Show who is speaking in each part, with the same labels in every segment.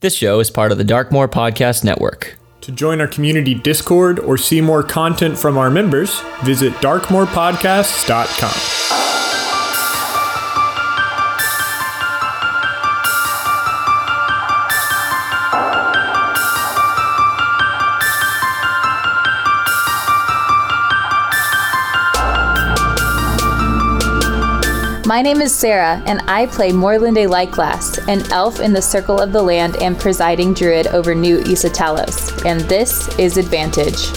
Speaker 1: This show is part of the Darkmoor Podcast Network.
Speaker 2: To join our community Discord or see more content from our members, visit darkmorepodcasts.com.
Speaker 3: My name is Sarah, and I play Morlinde Lyclast, an elf in the Circle of the Land and presiding druid over New Issa Talos. And this is Advantage.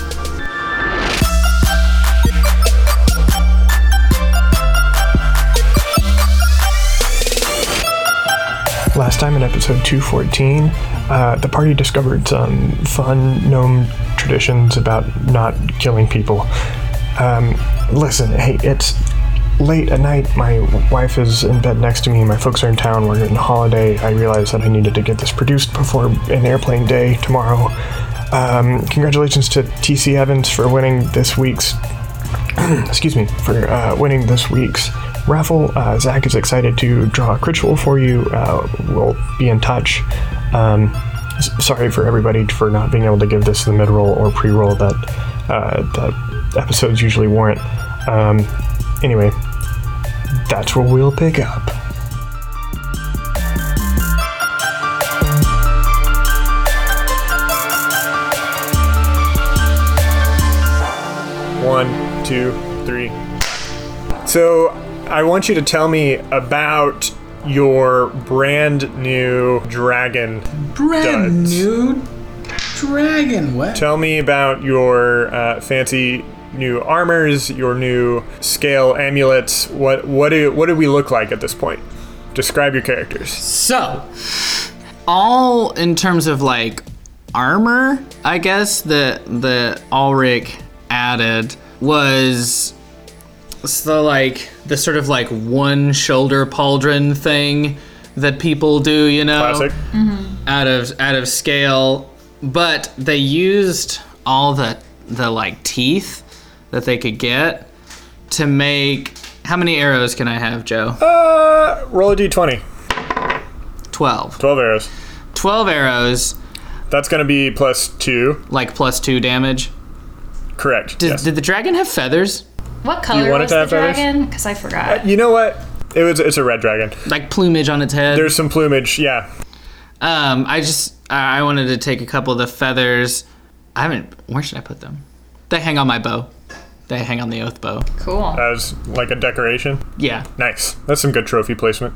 Speaker 4: Last time in episode 214, uh, the party discovered some fun gnome traditions about not killing people. Um, listen, hey, it's late at night. My wife is in bed next to me. My folks are in town. We're on holiday. I realized that I needed to get this produced before an airplane day tomorrow. Um, congratulations to TC Evans for winning this week's excuse me, for uh, winning this week's raffle. Uh, Zach is excited to draw a crit roll for you. Uh, we'll be in touch. Um, s- sorry for everybody for not being able to give this the mid roll or pre roll that uh, that episodes usually warrant. Um, anyway, that's where we'll pick up.
Speaker 2: One, two, three. So, I want you to tell me about your brand new dragon.
Speaker 5: Brand
Speaker 2: Duds.
Speaker 5: new dragon. What?
Speaker 2: Tell me about your uh, fancy new armors, your new scale amulets. What what do what do we look like at this point? Describe your characters.
Speaker 5: So, all in terms of like armor, I guess the the Ulrich added was the like the sort of like one shoulder pauldron thing that people do, you know.
Speaker 2: Classic.
Speaker 5: out of out of scale, but they used all the the like teeth that they could get to make how many arrows can I have, Joe?
Speaker 2: Uh, roll a d20.
Speaker 5: 12.
Speaker 2: 12 arrows.
Speaker 5: 12 arrows
Speaker 2: That's going to be plus 2.
Speaker 5: like plus 2 damage.
Speaker 2: Correct.
Speaker 5: Did,
Speaker 2: yes.
Speaker 5: did the dragon have feathers?
Speaker 6: What color
Speaker 2: want it
Speaker 6: was
Speaker 2: to
Speaker 6: the
Speaker 2: have feathers?
Speaker 6: dragon? Because I forgot.
Speaker 2: you know what? It was it's a red dragon.
Speaker 5: Like plumage on its head?
Speaker 2: There's some plumage. Yeah.
Speaker 5: um I just I I wanted to take a couple of the feathers. I haven't where should I put them? They hang on my bow. They hang on the oath bow.
Speaker 6: Cool.
Speaker 2: As like a decoration.
Speaker 5: Yeah.
Speaker 2: Nice. That's some good trophy placement.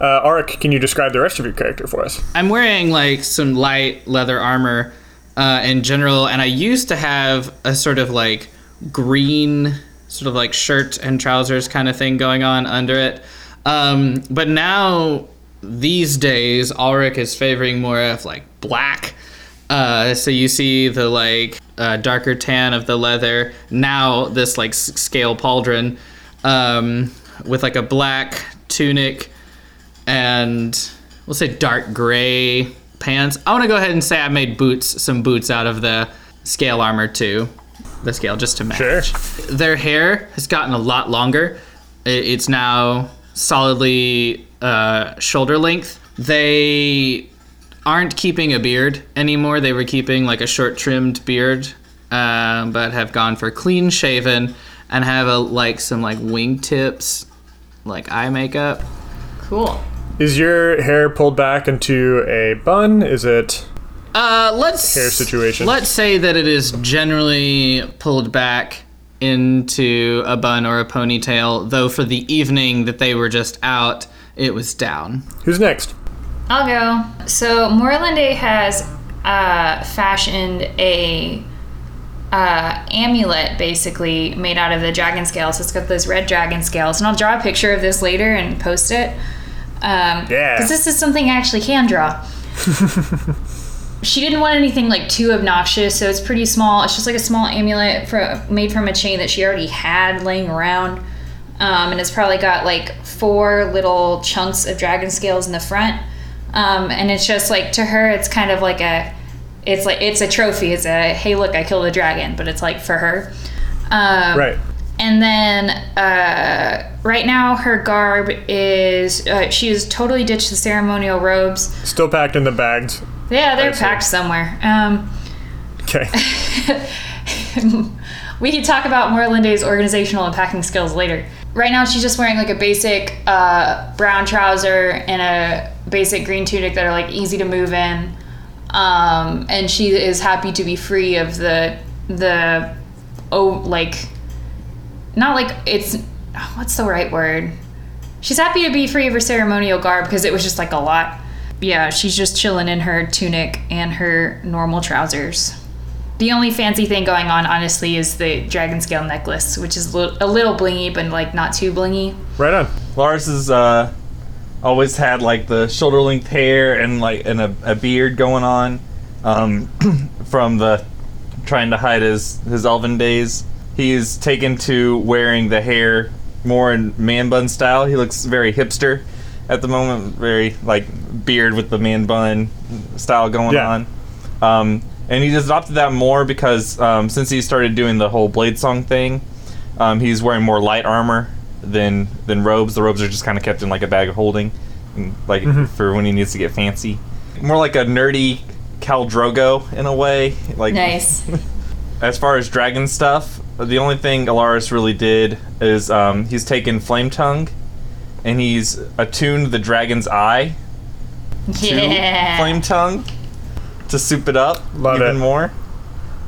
Speaker 2: Uh, Arik, can you describe the rest of your character for us?
Speaker 5: I'm wearing like some light leather armor uh, in general, and I used to have a sort of like green, sort of like shirt and trousers kind of thing going on under it. Um, but now, these days, Ulrich is favoring more of like black. Uh, so you see the like uh, darker tan of the leather. Now this like s- scale pauldron um, with like a black tunic and we'll say dark gray pants. I want to go ahead and say I made boots, some boots out of the scale armor too, the scale just to match.
Speaker 2: Sure.
Speaker 5: Their hair has gotten a lot longer. I- It's now solidly uh, shoulder length. They aren't keeping a beard anymore. They were keeping like a short trimmed beard, um, but have gone for clean shaven and have a like some like wingtips, like eye makeup.
Speaker 6: Cool.
Speaker 2: Is your hair pulled back into a bun? Is it
Speaker 5: Uh, let's
Speaker 2: Hair situation.
Speaker 5: Let's say that it is generally pulled back into a bun or a ponytail, though for the evening that they were just out, it was down.
Speaker 2: who's next?
Speaker 6: I'll go. So Morlande has uh, fashioned a uh, amulet, basically made out of the dragon scales. It's got those red dragon scales, and I'll draw a picture of this later and post it. Um,
Speaker 2: Yeah.
Speaker 6: Because this is something I actually can draw. she didn't want anything like too obnoxious, so it's pretty small. It's just like a small amulet for, made from a chain that she already had laying around. Um, and it's probably got like four little chunks of dragon scales in the front. Um, and it's just like to her, it's kind of like a, it's like it's a trophy. It's a hey, look, I killed a dragon, but it's like for her. Um,
Speaker 2: Right.
Speaker 6: and then uh, right now, her garb is uh, she has totally ditched the ceremonial robes.
Speaker 2: Still packed in the bags.
Speaker 6: Yeah, they're
Speaker 2: I'd say.
Speaker 6: packed somewhere. Um,
Speaker 2: Okay.
Speaker 6: we could talk about Morlinde's organizational and packing skills later. Right now, she's just wearing like a basic uh, brown trouser and a basic green tunic that are like easy to move in, um, and she is happy to be free of the the oh like not like it's what's the right word. She's happy to be free of her ceremonial garb because it was just like a lot. Yeah, she's just chilling in her tunic and her normal trousers. The only fancy thing going on, honestly, is the dragon scale necklace, which is li- a little blingy, but like not too blingy.
Speaker 2: Right on.
Speaker 7: Lars has uh, always had like the shoulder length hair and like and a, a beard going on um, from the trying to hide his his elven days. He's taken to wearing the hair more in man bun style. He looks very hipster at the moment, very like beard with the man bun style going
Speaker 2: Yeah.
Speaker 7: on. Um, and he's adopted that more because um, since he started doing the whole blade song thing, um, he's wearing more light armor than than robes. The robes are just kind of kept in like a bag of holding, and, like for when he needs to get fancy. More like a nerdy Cal Drogo in a way. Like
Speaker 6: Nice.
Speaker 7: as far as dragon stuff, the only thing Alaris really did is um, he's taken Flame Tongue, and he's attuned the dragon's eye to
Speaker 6: yeah.
Speaker 7: Flame Tongue to soup it up
Speaker 2: Love
Speaker 7: even
Speaker 2: it.
Speaker 7: more.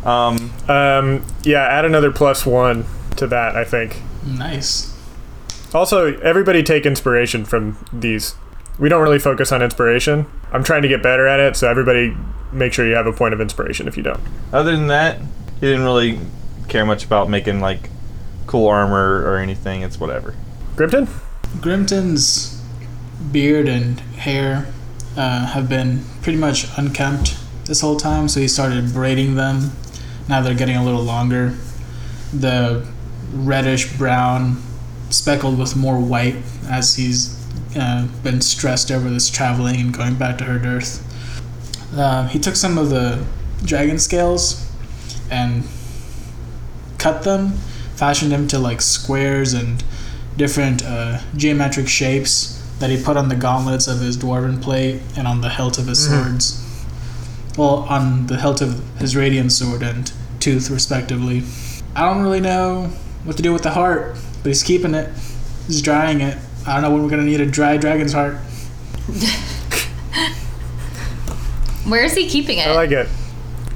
Speaker 7: Um,
Speaker 2: Um, yeah, add another plus one to that, I think.
Speaker 8: Nice.
Speaker 2: Also, everybody take inspiration from these. We don't really focus on inspiration. I'm trying to get better at it, so everybody make sure you have a point of inspiration if you don't.
Speaker 7: other than that, he didn't really care much about making like cool armor or anything. It's whatever.
Speaker 2: Grimton?
Speaker 8: Grimton's beard and hair uh, have been pretty much unkempt this whole time, so he started braiding them. Now they're getting a little longer. The reddish brown, speckled with more white as he's uh, been stressed over this traveling and going back to Herd Earth. Uh, he took some of the dragon scales and cut them, fashioned them to like squares and different uh, geometric shapes that he put on the gauntlets of his dwarven plate and on the hilt of his
Speaker 2: Mm-hmm.
Speaker 8: swords. Well, on the hilt of his radiant sword and tooth, respectively. I don't really know what to do with the heart, but he's keeping it. He's drying it. I don't know when we're gonna need a dry dragon's heart.
Speaker 6: Where is he keeping it?
Speaker 2: I like it.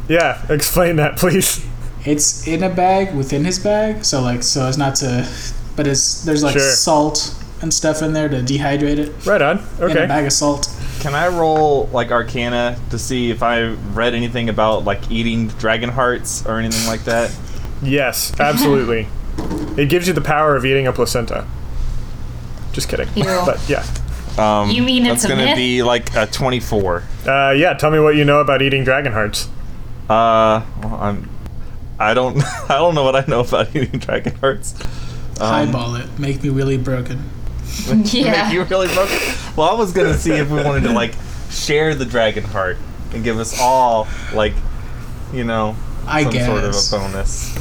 Speaker 2: Yeah, explain that, please.
Speaker 8: It's in a bag within his bag, so like so as not to, but it's there's like
Speaker 2: Sure.
Speaker 8: salt and stuff in there to dehydrate it.
Speaker 2: Right on.
Speaker 8: In a
Speaker 2: Okay.
Speaker 8: bag of salt.
Speaker 7: Can I roll like Arcana to see if I read anything about like eating dragon hearts or anything like that?
Speaker 2: Yes, absolutely. it gives you the power of eating a placenta. Just kidding.
Speaker 6: Ew.
Speaker 2: But yeah.
Speaker 7: Um,
Speaker 6: You mean it's
Speaker 7: that's
Speaker 6: a
Speaker 7: gonna
Speaker 6: myth?
Speaker 7: be like a twenty-four.
Speaker 2: Uh, yeah, tell me what you know about eating dragon hearts.
Speaker 7: Uh, well, I'm. I don't. I don't know what I know about eating dragon hearts.
Speaker 2: Um,
Speaker 8: Highball it. Make me really broken.
Speaker 6: yeah.
Speaker 7: Make you really broke. Well, I was gonna see if we wanted to like share the dragon heart and give us all like, you know,
Speaker 8: I
Speaker 7: some
Speaker 8: guess.
Speaker 7: sort of a bonus.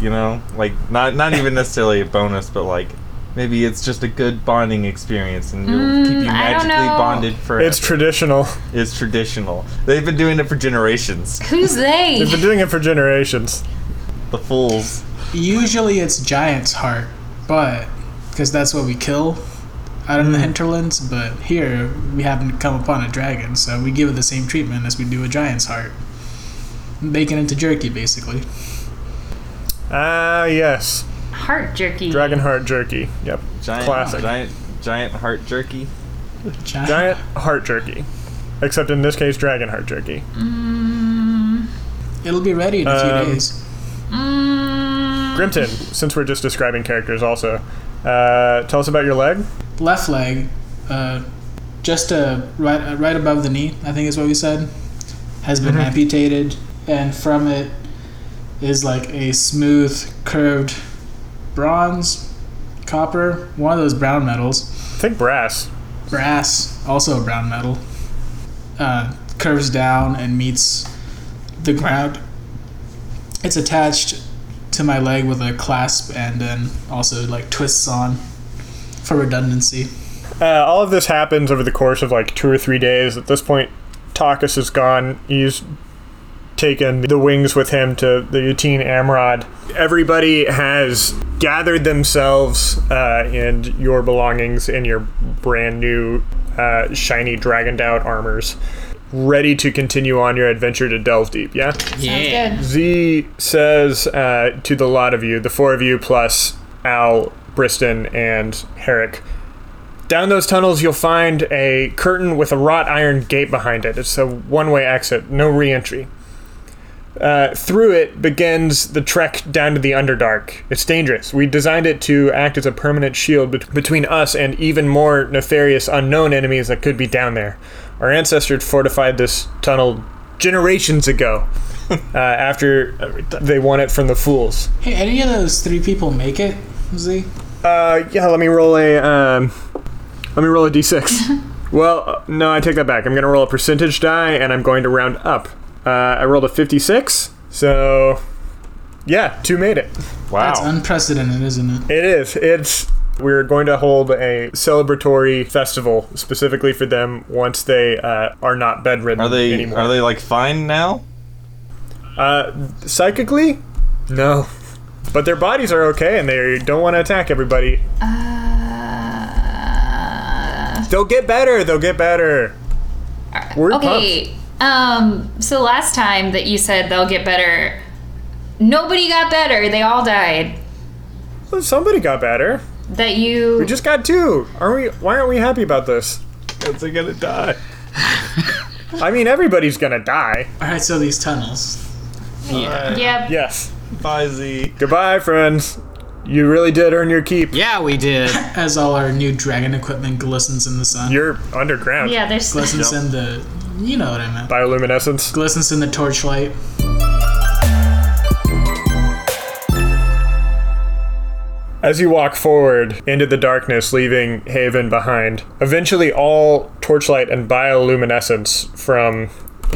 Speaker 7: You know, like not not even necessarily a bonus, but like maybe it's just a good bonding experience and it'll keep you
Speaker 6: Mm, I don't
Speaker 7: magically
Speaker 6: know.
Speaker 7: bonded forever.
Speaker 2: It's traditional.
Speaker 7: It's traditional. They've been doing it for generations.
Speaker 6: Who's they?
Speaker 2: They've been doing it for generations.
Speaker 7: The fools.
Speaker 8: Usually it's giant's heart, but because that's what we kill out
Speaker 2: Mm.
Speaker 8: in the hinterlands. But here we haven't come upon a dragon, so we give it the same treatment as we do a giant's heart. Bacon into jerky, basically.
Speaker 2: Ah, yes.
Speaker 6: Heart jerky.
Speaker 2: Dragon heart jerky. Yep.
Speaker 7: Giant,
Speaker 2: Classic.
Speaker 7: giant, giant heart jerky.
Speaker 8: Giant.
Speaker 2: Giant heart jerky. Except in this case, dragon heart jerky.
Speaker 8: It'll be ready in a few
Speaker 2: Um,
Speaker 8: days.
Speaker 2: Grimton, since we're just describing characters, also, uh, tell us about your leg.
Speaker 8: Left leg, uh, just uh, right uh, right above the knee, I think is what we said, has been amputated, and from it is like a smooth curved bronze, copper, one of those brown metals.
Speaker 2: I think brass.
Speaker 8: brass, also a brown metal, uh, curves down and meets the ground. It's attached to my leg with a clasp and then also like twists on for redundancy.
Speaker 2: Uh, all of this happens over the course of like two or three days. At this point,
Speaker 4: Takas is gone. He's taken the wings with him to the Uteen Amrod. Everybody has gathered themselves uh, and your belongings in your brand new uh, shiny dragoned out armors, ready to continue on your adventure to Delve Deep. Yeah.
Speaker 5: yeah.
Speaker 6: Sounds good.
Speaker 4: Z says uh, to the lot of you, the four of you plus Al, Briston, and Herrick. Down those tunnels, you'll find a curtain with a wrought iron gate behind it. It's a one way exit, no re entry. Uh, through it begins the trek down to the Underdark. It's dangerous. We designed it to act as a permanent shield bet- between us and even more nefarious unknown enemies that could be down there. Our ancestors fortified this tunnel generations ago uh, after they won it from the fools.
Speaker 8: Hey, any of those three people make it? Z?
Speaker 4: Uh, yeah, let me roll a um, let me roll a d6. well, uh, no, I take that back. I'm gonna roll a percentage die, and I'm going to round up. Uh, I rolled a 56, so yeah, two made it.
Speaker 7: Wow.
Speaker 8: That's unprecedented, isn't it?
Speaker 4: It is. It's. We're going to hold a celebratory festival specifically for them once they uh, are not bedridden
Speaker 7: are they
Speaker 4: anymore. Uh,
Speaker 7: are they like fine now?
Speaker 4: Psychically, no, but their bodies are okay, and they don't want to attack everybody.
Speaker 6: Uh,
Speaker 4: They'll get better. They'll get better. We're pumped.
Speaker 6: Okay. Um. So last time that you said they'll get better, nobody got better. They all died.
Speaker 4: Well, Oh, Somebody got better.
Speaker 6: That you.
Speaker 4: We just got two. Are we? Why aren't we happy about this?
Speaker 7: Is they gonna die?
Speaker 4: I mean, everybody's gonna die.
Speaker 8: Alright, so these tunnels.
Speaker 6: yep.
Speaker 4: Yes.
Speaker 7: Bye, Z.
Speaker 4: Goodbye, friends. You really did earn your keep.
Speaker 5: Yeah, we did.
Speaker 8: As all our new dragon equipment glistens in the sun.
Speaker 4: You're underground.
Speaker 6: Yeah. There's.
Speaker 8: glistens in the. You know what I meant.
Speaker 4: Bioluminescence.
Speaker 8: Glistens in the torchlight.
Speaker 4: As you walk forward into the darkness, leaving Haven behind, eventually all torchlight and bioluminescence from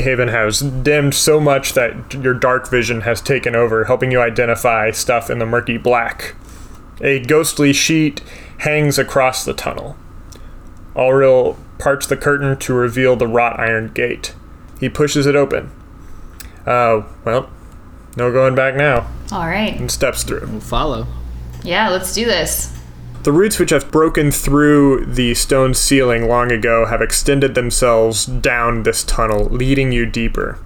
Speaker 4: Haven has dimmed so much that your dark vision has taken over, helping you identify stuff in the murky black. A ghostly sheet hangs across the tunnel. Alril parts the curtain to reveal the wrought iron gate. He pushes it open. Uh, well, no going back now,
Speaker 6: All right.
Speaker 4: and steps through.
Speaker 5: We'll follow.
Speaker 6: Yeah. Let's do this.
Speaker 4: The roots which have broken through the stone ceiling long ago have extended themselves down this tunnel, leading you deeper.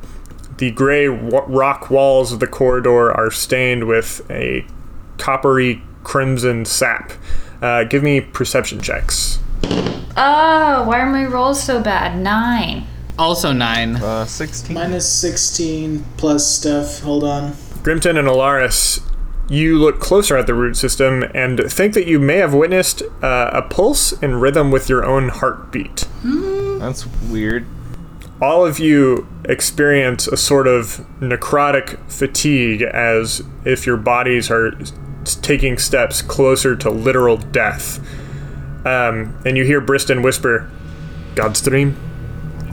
Speaker 4: The gray w- rock walls of the corridor are stained with a coppery crimson sap. Uh, give me perception checks.
Speaker 6: Oh, why are my rolls so bad? Nine.
Speaker 5: Also nine.
Speaker 7: Uh, sixteen.
Speaker 8: Minus 16 plus stuff. Hold on.
Speaker 4: Grimton and Alaris, you look closer at the root system and think that you may have witnessed uh, a pulse in rhythm with your own heartbeat.
Speaker 7: That's weird.
Speaker 4: all of you experience a sort of necrotic fatigue as if your bodies are s- taking steps closer to literal death. Um, and you hear Briston whisper, God's dream?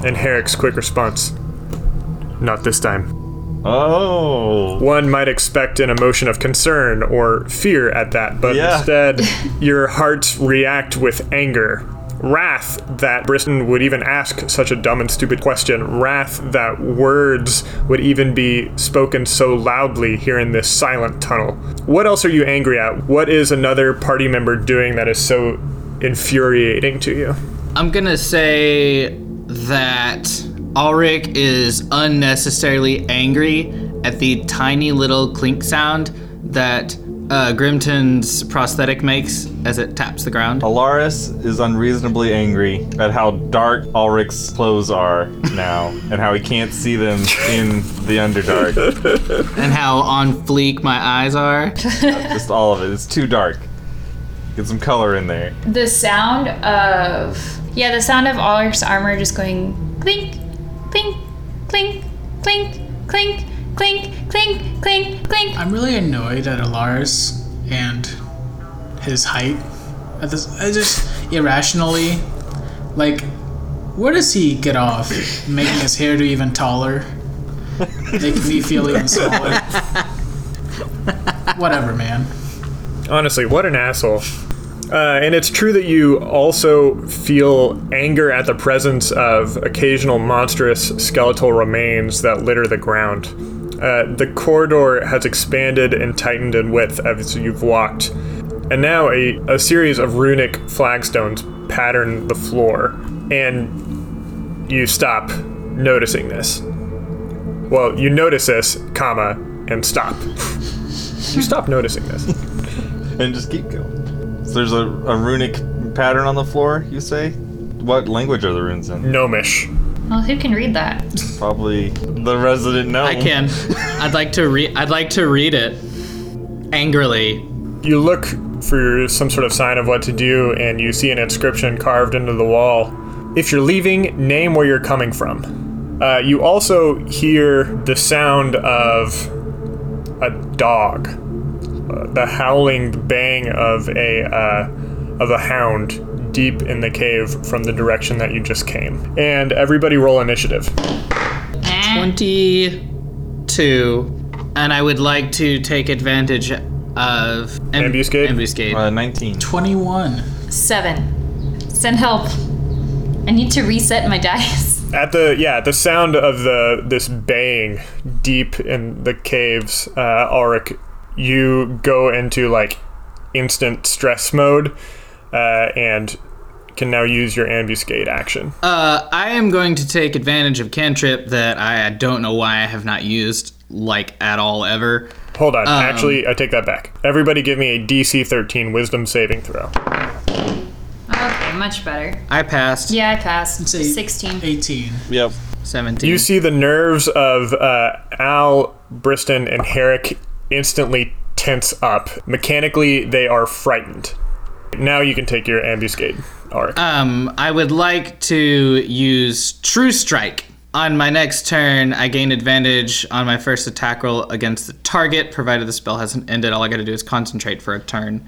Speaker 4: And Herrick's quick response, Not this time.
Speaker 7: Oh.
Speaker 4: One might expect an emotion of concern or fear at that, but
Speaker 7: Yeah.
Speaker 4: instead, your hearts react with anger. Wrath that Briston would even ask such a dumb and stupid question. Wrath that words would even be spoken so loudly here in this silent tunnel. What else are you angry at? What is another party member doing that is so infuriating to you?
Speaker 5: I'm gonna say that Ulrich is unnecessarily angry at the tiny little clink sound that uh, Grimton's prosthetic makes as it taps the
Speaker 7: Oh.
Speaker 5: ground.
Speaker 7: Alaris is unreasonably angry at how dark Ulrich's clothes are now and how he can't see them in the Underdark.
Speaker 5: And how on fleek my eyes are.
Speaker 7: Just all of it. It's too dark. Get some color in there.
Speaker 6: The sound of yeah, the sound of Ulrich's armor just going clink, clink, clink, clink, clink, clink, clink, clink, clink.
Speaker 8: I'm really annoyed at Alaris and his height. At this, I just irrationally, like, where does he get off making his hair do even taller, making me feel even smaller? Whatever, man.
Speaker 4: Honestly, what an asshole.
Speaker 2: Uh, and it's true that you also feel anger at the presence of occasional monstrous skeletal remains that litter the ground. Uh, the corridor has expanded and tightened in width as you've walked, and now a, a series of runic flagstones pattern the floor, and you stop noticing this. Well, you notice this, comma, and stop. you stop noticing this.
Speaker 7: and just keep going. So there's a, a runic pattern on the floor, you say? What language are the runes in?
Speaker 2: Gnomish.
Speaker 6: Well, who can read that?
Speaker 7: Probably the resident gnome.
Speaker 5: I can. I'd like to read. I'd like to read it angrily.
Speaker 2: You look for some sort of sign of what to do, and you see an inscription carved into the wall. If you're leaving, name where you're coming from. Uh, you also hear the sound of a dog, uh, the howling bang of a uh, of a hound deep in the cave from the direction that you just came. And everybody, roll initiative.
Speaker 6: Eh,
Speaker 5: Twenty-two, and I would like to take advantage of em-
Speaker 2: Ambuscade?
Speaker 5: Ambuscade.
Speaker 7: Uh, 19.
Speaker 8: 21.
Speaker 6: Seven. Send help. I need to reset my dice.
Speaker 2: At the yeah, the sound of the this baying deep in the caves, uh, Ulrich, you go into like instant stress mode, uh, and can now use your ambuscade action.
Speaker 5: Uh, I am going to take advantage of cantrip that I don't know why I have not used like at all ever.
Speaker 2: Hold on, actually, I take that back. Everybody, give me a DC 13 Wisdom saving throw.
Speaker 6: Okay, much better.
Speaker 5: I passed
Speaker 6: Yeah, I passed.
Speaker 8: It's eight-
Speaker 6: 16.
Speaker 8: 18.
Speaker 7: Yep.
Speaker 5: seventeen.
Speaker 2: You see the nerves of uh, Al, Briston, and Herrick instantly tense up. Mechanically, they are frightened. Now you can take your ambuscade, Ulrich.
Speaker 5: Um, I would like to use True Strike. On my next turn, I gain advantage on my first attack roll against the target, provided the spell hasn't ended. All I gotta do is concentrate for a turn.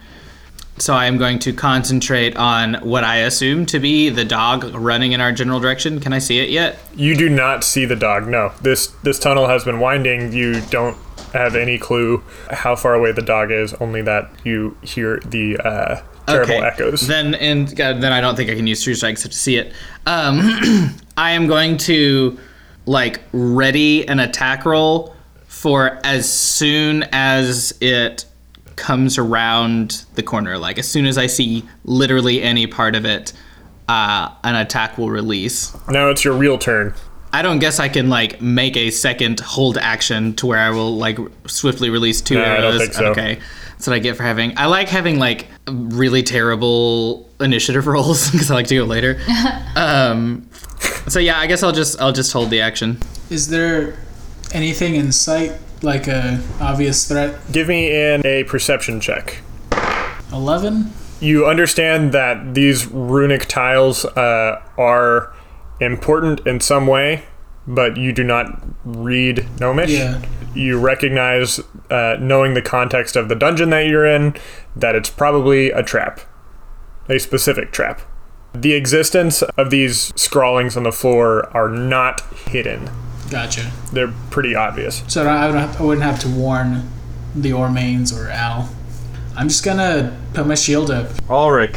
Speaker 5: So I am going to concentrate on what I assume to be the dog running in our general direction. Can I see it yet?
Speaker 2: You do not see the dog. No, this this tunnel has been winding. You don't have any clue how far away the dog is. Only that you hear the uh, terrible echoes.
Speaker 5: Then and uh, then I don't think I can use true strikes to see it. Um, I am going to like ready an attack roll for as soon as it comes around the corner. Like as soon as I see literally any part of it, uh, an attack will release.
Speaker 2: now it's your real turn.
Speaker 5: I don't guess I can like make a second hold action to where I will like swiftly release two
Speaker 2: I
Speaker 5: arrows.
Speaker 2: don't think so.
Speaker 5: Okay, that's what I get for having. I like having like really terrible initiative rolls because I like to go later. um, so yeah, I guess I'll just I'll just hold the action.
Speaker 8: Is there anything in sight, like a obvious threat?
Speaker 2: Give me in a perception check.
Speaker 8: 11?
Speaker 2: You understand that these runic tiles uh, are important in some way, but you do not read Gnomish.
Speaker 8: Yeah.
Speaker 2: You recognize, uh, knowing the context of the dungeon that you're in, that it's probably a trap, a specific trap. The existence of these scrawlings on the floor are not hidden.
Speaker 8: Gotcha.
Speaker 2: They're pretty obvious.
Speaker 8: So I, don't have, I wouldn't have to warn the Ormains or Al. I'm just gonna put my shield up.
Speaker 7: Ulrich,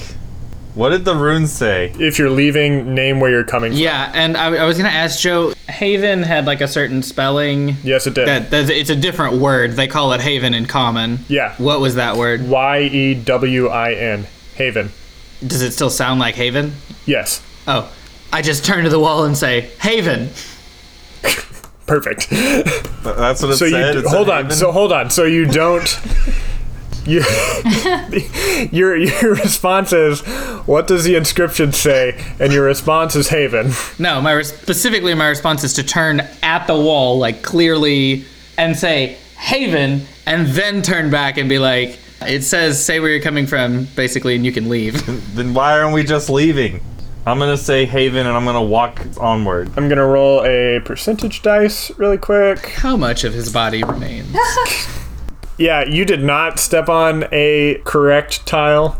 Speaker 7: what did the runes say?
Speaker 2: If you're leaving, name where you're coming from.
Speaker 5: Yeah, and I, I was gonna ask Joe. Haven had like a certain spelling.
Speaker 2: Yes, it did.
Speaker 5: That, that it's a different word. They call it Haven in common.
Speaker 2: Yeah.
Speaker 5: What was that word?
Speaker 2: Y E W I N. Haven.
Speaker 5: Does it still sound like Haven?
Speaker 2: Yes.
Speaker 5: Oh, I just turn to the wall and say Haven.
Speaker 2: Perfect.
Speaker 7: Th- That's what it
Speaker 2: So you
Speaker 7: said. It said
Speaker 2: hold on.
Speaker 7: haven?
Speaker 2: So hold on. So you don't. You, your your response is, what does the inscription say? And your response is Haven.
Speaker 5: No, my res- specifically my response is to turn at the wall, like clearly, and say Haven, and then turn back and be like, it says say where you're coming from, basically, and you can leave.
Speaker 7: Then why aren't we just leaving? I'm gonna say haven and I'm gonna walk onward.
Speaker 2: I'm gonna roll a percentage dice really quick.
Speaker 5: How much of his body remains?
Speaker 2: Yeah, you did not step on a correct tile.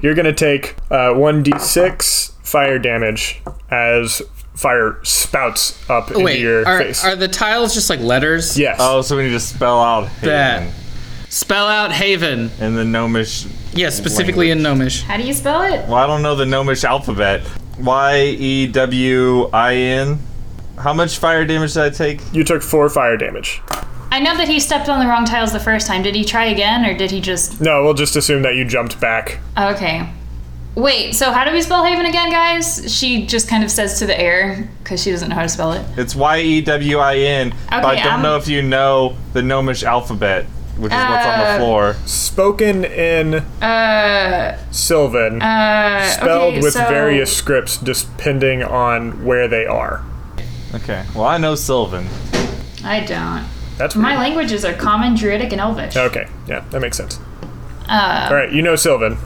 Speaker 2: You're gonna take uh, one d six fire damage as fire spouts up into
Speaker 5: Wait,
Speaker 2: your
Speaker 5: are,
Speaker 2: face.
Speaker 5: are the tiles just like letters?
Speaker 2: yes.
Speaker 7: Oh, so we need to spell out haven.
Speaker 5: That. Spell out Haven.
Speaker 7: in the gnomish.
Speaker 5: Yes, specifically in Gnomish.
Speaker 6: How do you spell it?
Speaker 7: Well, I don't know the gnomish alphabet. Y E W I N. How much fire damage did I take?
Speaker 2: You took four fire damage.
Speaker 6: I know that he stepped on the wrong tiles the first time. Did he try again, or did he just?
Speaker 2: No, we'll just assume that you jumped back.
Speaker 6: Okay. Wait. So how do we spell Haven again, guys? She just kind of says to the air because she doesn't know how to spell it.
Speaker 7: It's Y E W I N. but I
Speaker 6: Okay,
Speaker 7: don't
Speaker 6: I'm-
Speaker 7: know if you know the gnomish alphabet, which is what's on
Speaker 6: Uh,
Speaker 7: the floor.
Speaker 2: Spoken in
Speaker 6: Uh.
Speaker 2: Sylvan,
Speaker 6: Uh.
Speaker 2: spelled
Speaker 6: okay,
Speaker 2: with
Speaker 6: so-
Speaker 2: various scripts depending on where they are.
Speaker 7: Okay. Well, I know Sylvan.
Speaker 6: I don't.
Speaker 2: That's
Speaker 6: My
Speaker 2: weird.
Speaker 6: languages are Common, Druidic, and Elvish.
Speaker 2: Okay, yeah, that makes sense.
Speaker 6: Uh,
Speaker 2: All right, you know Sylvan,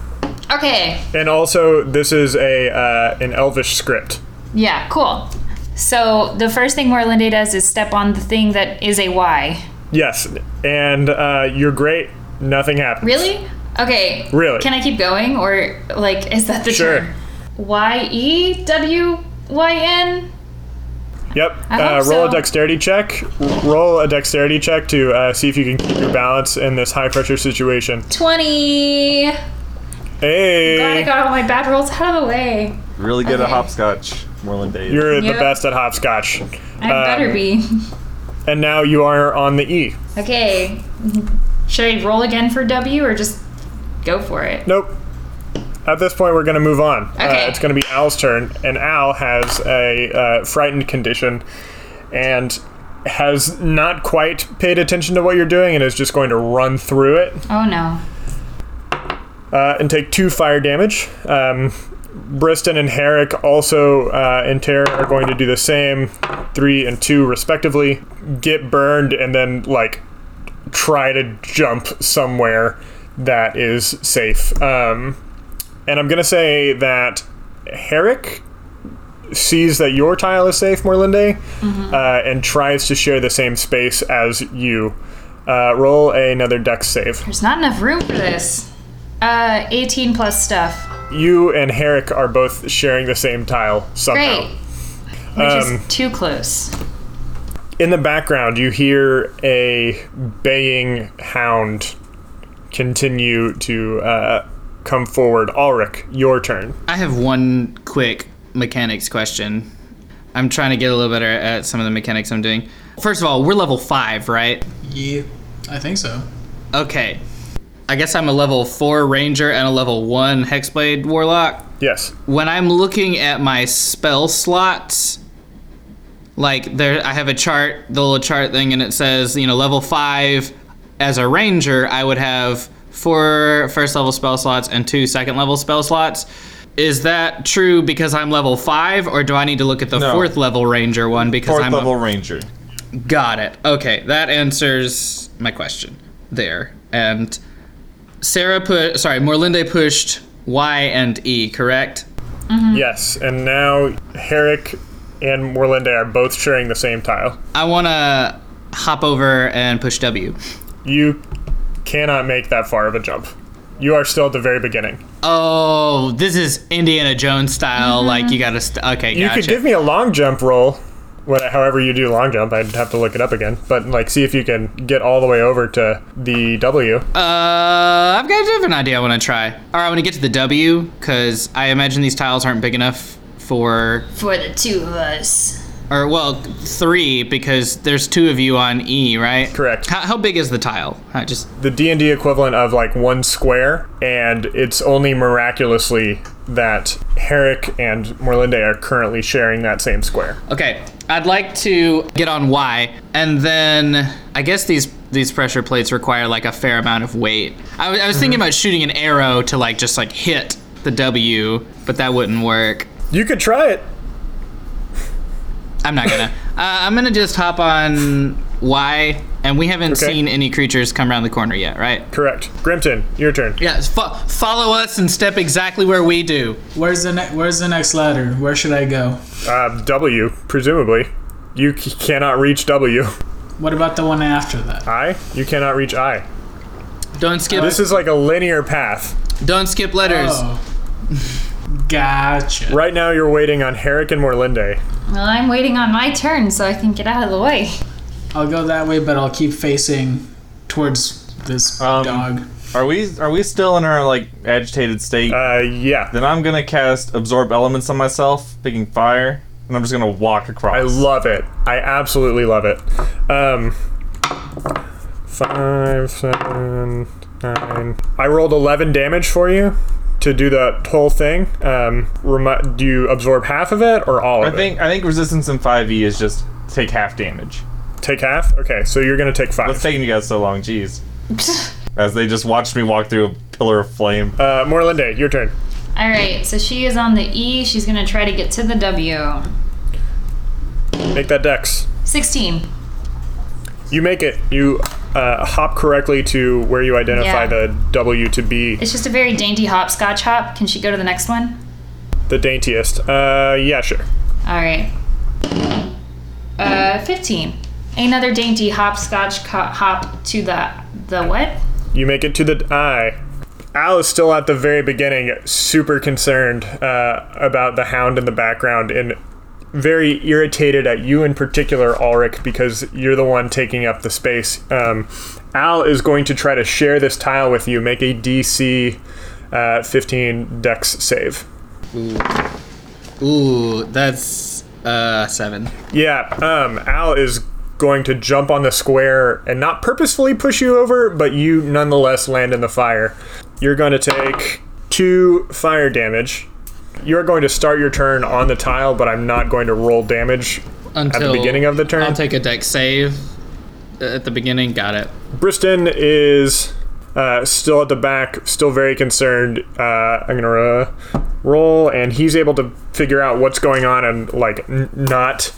Speaker 6: Okay.
Speaker 2: and also this is a uh, an Elvish script.
Speaker 6: Yeah. Cool. So the first thing Morlinde does is step on the thing that is a Y.
Speaker 2: Yes, and uh, you're great. Nothing happened.
Speaker 6: Really? Okay.
Speaker 2: Really.
Speaker 6: Can I keep going, or like, is that the
Speaker 2: Sure.
Speaker 6: term? Y E W Y N.
Speaker 2: Yep. Uh, roll
Speaker 6: hope
Speaker 2: a
Speaker 6: so.
Speaker 2: dexterity check. Roll a dexterity check to uh, see if you can keep your balance in this high pressure situation.
Speaker 6: 20. Glad I
Speaker 2: Hey,
Speaker 6: got all my bad rolls out of the way.
Speaker 7: Really good at
Speaker 6: Okay.
Speaker 7: hopscotch, Moreland Days.
Speaker 2: you're the
Speaker 6: Yep.
Speaker 2: best at hopscotch.
Speaker 6: I
Speaker 2: Um,
Speaker 6: better be.
Speaker 2: And now you are on the E.
Speaker 6: Okay. Should I roll again for W or just go for it?
Speaker 2: Nope. At this point, we're going to move on.
Speaker 6: Okay.
Speaker 2: Uh, it's going to be Al's turn, and Al has a uh, frightened condition and has not quite paid attention to what you're doing and is just going to run through it.
Speaker 6: Oh no.
Speaker 2: uh, and take two fire damage. Um, Briston and Herrick also uh, and Terra are going to do the same, three and two respectively. Get burned and then like try to jump somewhere that is safe. Um, and I'm gonna say that Herrick sees that your tile is safe, Morlinde, uh, and tries to share the same space as you. Uh, roll another dex save.
Speaker 6: There's not enough room for this. Uh, 18 plus stuff.
Speaker 2: you and Herrick are both sharing the same tile somehow.
Speaker 6: Great. Which
Speaker 2: Um,
Speaker 6: is too close.
Speaker 2: In the background, you hear a baying hound continue to uh, come forward. Ulrich, your turn.
Speaker 5: I have one quick mechanics question. I'm trying to get a little better at some of the mechanics I'm doing. First of all, we're level five, right?
Speaker 8: Yeah, I think so.
Speaker 5: Okay. I guess I'm a level four ranger and a level one hexblade warlock.
Speaker 2: Yes.
Speaker 5: when I'm looking at my spell slots, like there, I have a chart, the little chart thing, and it says, you know, level five as a ranger, I would have four first level spell slots and two second level spell slots. Is that true because I'm level five, or do I need to look at the
Speaker 7: No.
Speaker 5: fourth level ranger one because
Speaker 7: Fourth
Speaker 5: I'm
Speaker 7: level
Speaker 5: A,
Speaker 7: ranger.
Speaker 5: got it? Okay, that answers my question there. And Sarah put, sorry, Morlinde pushed Y and E, correct?
Speaker 2: Yes. And now Herrick and Morlinde are both sharing the same tile.
Speaker 5: I want to hop over and push W.
Speaker 2: You cannot make that far of a jump. You are still at the very beginning.
Speaker 5: Oh, this is Indiana Jones style. Like you gotta. St- okay,
Speaker 2: Mm-hmm. You
Speaker 5: gotcha.
Speaker 2: could give me a long jump roll. What, however you do long jump, I'd have to look it up again. But like, see if you can get all the way over to the W.
Speaker 5: uh, I've got a different idea. I want to try. All right, I want to get to the W because I imagine these tiles aren't big enough for,
Speaker 6: For the two of us.
Speaker 5: or well, three because there's two of you on E, right?
Speaker 2: Correct.
Speaker 5: How, how big is the tile? I just
Speaker 2: The D and D equivalent of like one square, and it's only miraculously that Herrick and Morlinde are currently sharing that same square.
Speaker 5: Okay, I'd like to get on Y, and then I guess these these pressure plates require like a fair amount of weight. I, wa- I was
Speaker 2: Mm-hmm.
Speaker 5: thinking about shooting an arrow to like just like hit the W, but that wouldn't work.
Speaker 2: You could try it.
Speaker 5: I'm not gonna. uh, I'm gonna just hop on Y, and we haven't
Speaker 2: Okay.
Speaker 5: seen any creatures come around the corner yet, right?
Speaker 2: Correct. Grimton, your turn.
Speaker 5: Yeah, fo- follow us and step exactly where we do.
Speaker 8: Where's the ne- Where's the next ladder? Where should I go?
Speaker 2: Uh, w, presumably. You c- cannot reach W.
Speaker 8: What about the one after that?
Speaker 2: I. You cannot reach I.
Speaker 5: Don't skip.
Speaker 2: This is like a linear path.
Speaker 5: don't skip letters.
Speaker 8: Oh, gotcha.
Speaker 2: Right now, you're waiting on Herrick and Morlinde.
Speaker 6: Well, I'm waiting on my turn so I can get out of the way.
Speaker 8: I'll go that way, but I'll keep facing towards this
Speaker 7: Um,
Speaker 8: dog.
Speaker 7: Are we are we still in our like agitated state?
Speaker 2: Uh, yeah.
Speaker 7: then I'm gonna cast absorb elements on myself, picking fire, and I'm just gonna walk across.
Speaker 2: I love it. I absolutely love it. Um, five, seven, nine. I rolled 11 damage for you to do the whole thing. Um, remi- do you absorb half of it or all
Speaker 7: I
Speaker 2: of it?
Speaker 7: think I think resistance in 5e is just take half damage.
Speaker 2: Take half? Okay, so you're going to take five.
Speaker 7: What's taking you guys so long? Jeez. As they just watched me walk through a pillar of flame.
Speaker 2: Uh, Morlinde, your turn.
Speaker 6: All right, so she is on the E. She's going to try to get to the W.
Speaker 2: Make that dex.
Speaker 6: 16.
Speaker 2: You make it. You uh, hop correctly to where you identify
Speaker 6: Yeah.
Speaker 2: the W to be
Speaker 6: It's just a very dainty hopscotch hop. Can she go to the next one?
Speaker 2: the daintiest. Uh, yeah, sure.
Speaker 6: All right. Uh, 15. Another dainty hopscotch co- hop to the the what?
Speaker 2: You make it to the eye. Al is still at the very beginning, super concerned uh, about the hound in the background and very irritated at you in particular, Ulrich, because you're the one taking up the space. Um, Al is going to try to share this tile with you. Make a DC uh, 15 dex save.
Speaker 5: Ooh, that's uh seven.
Speaker 2: Yeah, um, Al is going to jump on the square and not purposefully push you over, but you nonetheless land in the fire. You're going to take two fire damage. You're going to start your turn on the tile, but I'm not going to roll damage.
Speaker 5: Until
Speaker 2: beginning of the turn?
Speaker 5: I'll take a deck save at the beginning. Got it.
Speaker 2: Briston is uh, still at the back, still very concerned. Uh, I'm going to uh, roll, and he's able to figure out what's going on and, like, n- not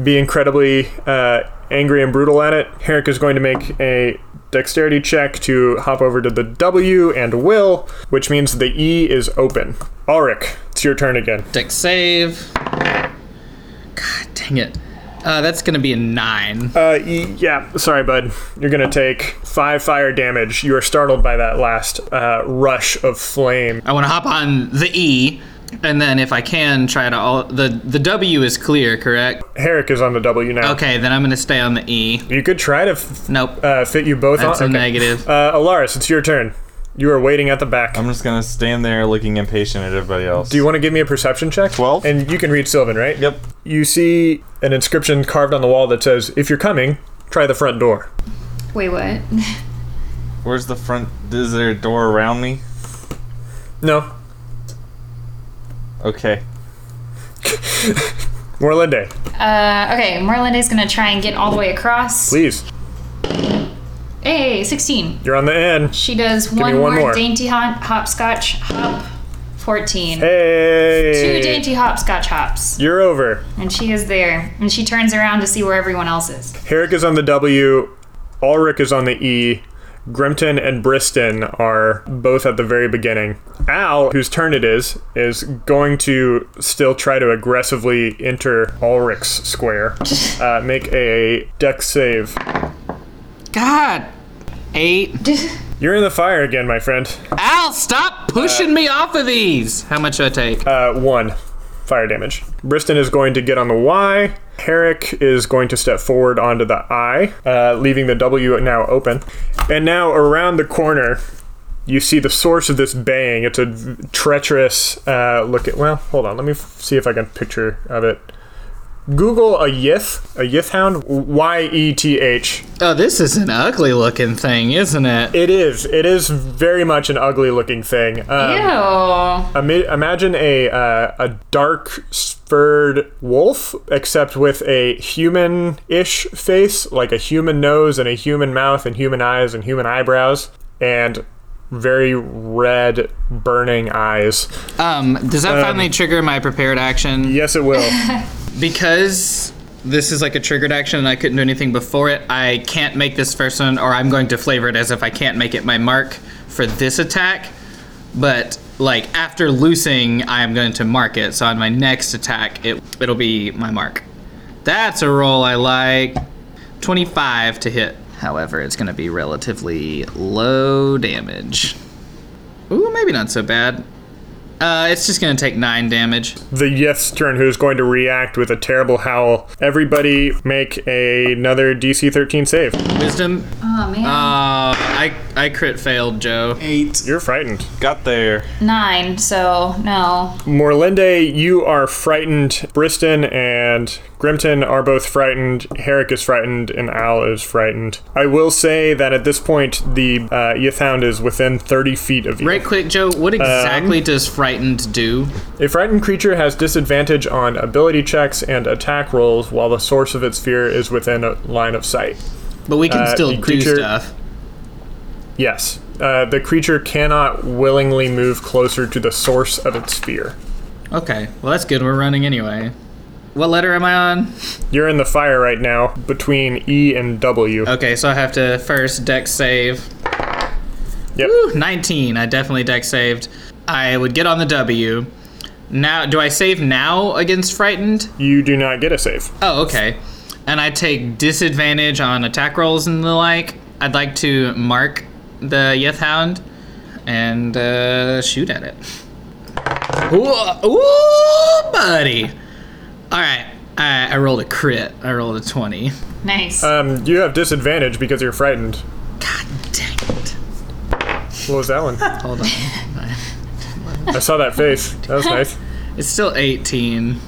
Speaker 2: be incredibly uh, angry and brutal at it. Herrick is going to make a dexterity check to hop over to the W and will, which means the E is open. Ulrich, it's your turn again.
Speaker 5: Deck save. God dang it. Uh, that's gonna be a nine.
Speaker 2: Uh, y- yeah, sorry, bud. You're gonna take five fire damage. You are startled by that last uh, rush of flame.
Speaker 5: I want to hop on the E, and then if I can try to all the the W is clear, correct?
Speaker 2: Herrick is on the W now.
Speaker 5: Okay, then I'm gonna stay on the E.
Speaker 2: You could try to f-
Speaker 5: Nope.
Speaker 2: uh, fit you both
Speaker 5: That's a
Speaker 2: on.
Speaker 5: negative.
Speaker 2: Uh, Alaris, it's your turn. You are waiting at the back.
Speaker 7: I'm just gonna stand there looking impatient at everybody else.
Speaker 2: Do you want to give me a perception check?
Speaker 7: 12?
Speaker 2: And you can read Sylvan, right?
Speaker 7: Yep.
Speaker 2: You see an inscription carved on the wall that says, "If you're coming, try the front door."
Speaker 6: Wait, what?
Speaker 7: Where's the front? Is there a door around me?
Speaker 2: No,
Speaker 7: Okay.
Speaker 2: Morlinde,
Speaker 6: Uh, okay, Merlin is gonna try and get all the way across.
Speaker 2: please.
Speaker 6: Hey, 16.
Speaker 2: You're on the end.
Speaker 6: She does one,
Speaker 2: one
Speaker 6: more,
Speaker 2: more.
Speaker 6: dainty hop, hopscotch hop. 14.
Speaker 2: Hey.
Speaker 6: Two dainty hopscotch hops.
Speaker 2: You're over.
Speaker 6: And she is there. And she turns around to see where everyone else is.
Speaker 2: Herrick is on the W, Ulrich is on the E, Grimton and Briston are both at the very beginning. Al, whose turn it is, is going to still try to aggressively enter Ulrich's square. Uh, make a deck save.
Speaker 5: God. Eight.
Speaker 2: You're in the fire again, my friend.
Speaker 5: Al, stop pushing me off of these. How much do I take?
Speaker 2: Uh, one fire damage. Briston is going to get on the Y. Herrick is going to step forward onto the I, uh, leaving the W now open. And now around the corner, you see the source of this bang. It's a treacherous uh, look at. Well, hold on. Let me f- see if I can picture of it. Google a yith, a yith hound, Y E T H.
Speaker 5: oh, this is an ugly looking thing, isn't it?
Speaker 2: It is. It is very much an ugly looking thing. Um,
Speaker 6: Ew.
Speaker 2: Ima- imagine a uh, a dark furred wolf, except with a human-ish face, like a human nose and a human mouth and human eyes and human eyebrows, and very red, burning eyes.
Speaker 5: Um, does
Speaker 2: uh,
Speaker 5: that finally trigger my prepared action?
Speaker 2: Yes, it will.
Speaker 5: Because this is like a triggered action and I couldn't do anything before it, I can't make this first one, or I'm going to flavor it as if I can't make it my mark for this attack. But like after loosing, I am going to mark it. So on my next attack, it it'll be my mark. That's a roll I like. 25 to hit. However, it's going to be relatively low damage. Ooh, maybe not so bad. Uh, it's just gonna take nine damage.
Speaker 2: the Yith's turn, who's going to react with a terrible howl. Everybody make a- another DC 13 save.
Speaker 5: Wisdom.
Speaker 6: Oh man,
Speaker 5: Uh, I I crit failed, Joe.
Speaker 8: Eight.
Speaker 2: You're frightened.
Speaker 7: Got there.
Speaker 6: nine. So no.
Speaker 2: Morlinde, you are frightened. Briston and Grimton are both frightened. Herrick is frightened, and Al is frightened. I will say that at this point, the uh, Yith Hound is within 30 feet of you.
Speaker 5: Right quick, Joe.
Speaker 2: Um,
Speaker 5: What exactly does frightened do?
Speaker 2: A frightened creature has disadvantage on ability checks and attack rolls while the source of its fear is within a line of sight.
Speaker 5: But we can
Speaker 2: Uh,
Speaker 5: still
Speaker 2: the
Speaker 5: do
Speaker 2: creature-
Speaker 5: stuff.
Speaker 2: Yes. Uh, the creature cannot willingly move closer to the source of its fear.
Speaker 5: Okay. Well, that's good. We're running anyway. What letter am I on?
Speaker 2: You're in the fire right now between E and W.
Speaker 5: Okay, so I have to first deck save.
Speaker 2: Yep.
Speaker 5: Whew, 19. I definitely deck saved. I would get on the W. Now, do I save now against frightened?
Speaker 2: You do not get a save.
Speaker 5: Oh, okay. And I take disadvantage on attack rolls and the like. I'd like to mark the Yeth Hound and uh, shoot at it. Ooh, ooh buddy. All right. I, I rolled a crit. I rolled a 20.
Speaker 6: Nice.
Speaker 2: Um, you have disadvantage because you're frightened.
Speaker 5: Dang it.
Speaker 2: What was that one?
Speaker 5: Hold on.
Speaker 2: I saw that face. That was nice.
Speaker 5: It's still 18